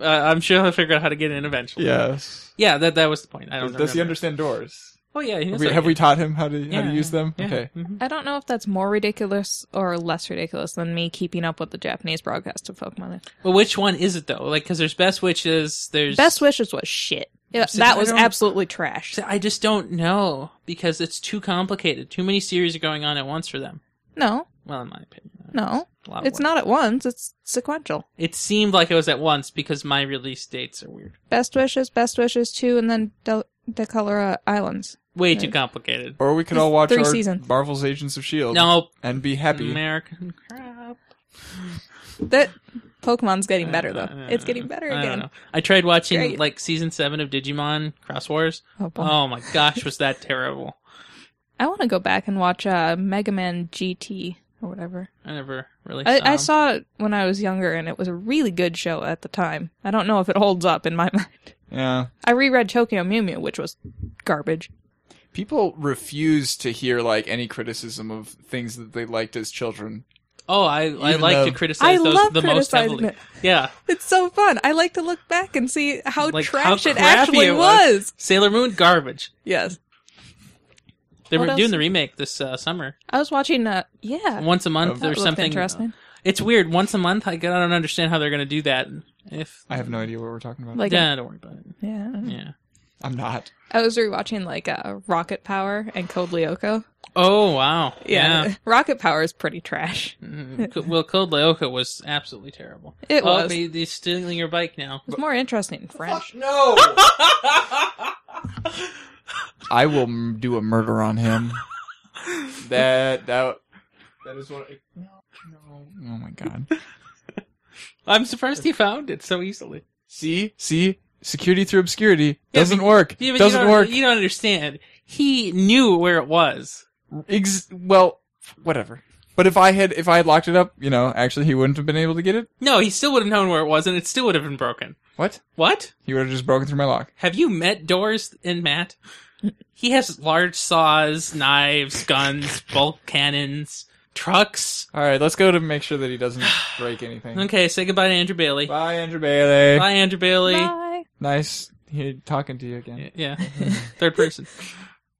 S3: uh, I'm sure he'll figure out how to get in eventually.
S2: yes.
S3: Yeah, that that was the point. I don't.
S2: Does, does he
S3: remember.
S2: understand doors?
S3: Oh yeah, he
S2: Have
S3: knows
S2: we,
S3: how to
S2: have
S3: get
S2: we
S3: in.
S2: taught him how to how
S3: Yeah,
S2: to use
S3: yeah,
S2: them?
S3: yeah. mm-hmm.
S2: Okay.
S15: I don't know if that's more ridiculous or less ridiculous than me keeping up with the Japanese broadcast of Pokemon.
S3: Well, which one is it though? Like, because there's best witches. There's
S15: Best wishes was shit. Yeah,
S3: See,
S15: that
S3: I
S15: was
S3: don't-
S15: absolutely trash.
S3: I just don't know because it's too complicated. Too many series are going on at once for them.
S15: No,
S3: Well, in my opinion, uh,
S15: no,
S3: a lot of
S15: it's
S3: work.
S15: not at once. It's sequential.
S3: It seemed like it was at once because my release dates are weird.
S15: Best wishes, best wishes two, and then Del- the Colora Islands.
S3: Way too complicated.
S2: Or we could all watch
S15: Three
S2: our
S15: seasons.
S2: Marvel's Agents of Shield.
S3: Nope.
S2: E and be happy.
S3: American
S15: That Pokemon's getting better though. It's getting better
S3: I don't
S15: again.
S3: know. I tried watching like season seven of Digimon Cross Wars.
S15: Oh, boy.
S3: oh my gosh, was that terrible?
S15: I want to go back and watch uh, Mega Man GT or whatever.
S3: I never really.
S15: I, I
S3: them.
S15: saw it when I was younger, and it was a really good show at the time. I don't know if it holds up in my mind.
S2: Yeah.
S15: I reread Tokyo Mew Mew, which was garbage.
S2: People refuse to hear like any criticism of things that they liked as children.
S3: Oh, I I
S2: Even
S3: like
S2: though-
S3: to criticize
S15: I
S3: those
S15: love
S3: the most
S15: criticizing
S3: heavily.
S15: it.
S3: Yeah,
S15: It's so fun. I like to look back and see how
S3: like
S15: trash
S3: how
S15: it
S3: crappy
S15: actually
S3: it
S15: was.
S3: Sailor Moon garbage.
S15: Yes,
S3: they
S15: What
S3: were
S15: else?
S3: doing the remake this uh, summer.
S15: I was watching. Uh, yeah,
S3: Once a month
S15: That
S3: or
S15: looked
S3: something.
S15: Interesting.
S3: It's weird. Once a month. I, I don't understand how they're going to do that. If
S2: I have no idea what we're talking about.
S15: Like
S3: yeah,
S15: a-
S3: don't worry about it.
S15: Yeah.
S3: Yeah.
S2: I'm not.
S15: I was rewatching like uh, Rocket Power and Code Lyoko.
S3: Oh wow.
S15: Yeah, Rocket Power is pretty trash.
S3: Mm, Co- well, Code Lyoko was absolutely terrible.
S15: It
S3: oh,
S15: was.
S3: They, they're stealing your bike now.
S15: It's more interesting in French.
S2: no. I will m- do a murder on him. that that that is what.
S3: No.
S2: Oh my god.
S3: I'm surprised he found it so easily.
S2: See, see, security through obscurity
S3: Yeah,
S2: doesn't
S3: but-
S2: work.
S3: yeah, but you
S2: doesn't
S3: don't-
S2: work.
S3: You don't understand. He knew where it was.
S2: Ex- well, whatever. But if I had if I had locked it up, you know, actually he wouldn't have been able to get it.
S3: No, he still would have known where it was, and it still would have been broken.
S2: What?
S3: What?
S2: He would have just broken through my lock.
S3: Have you met Doors and Matt? He has large saws, knives, guns, bulk cannons, trucks.
S2: All right, let's go to make sure that he doesn't break anything.
S3: Okay, say goodbye to Andrew Bailey.
S2: Bye, Andrew Bailey.
S3: Bye, Andrew Bailey.
S15: Bye.
S2: Nice he- talking to you again.
S3: Yeah, third person.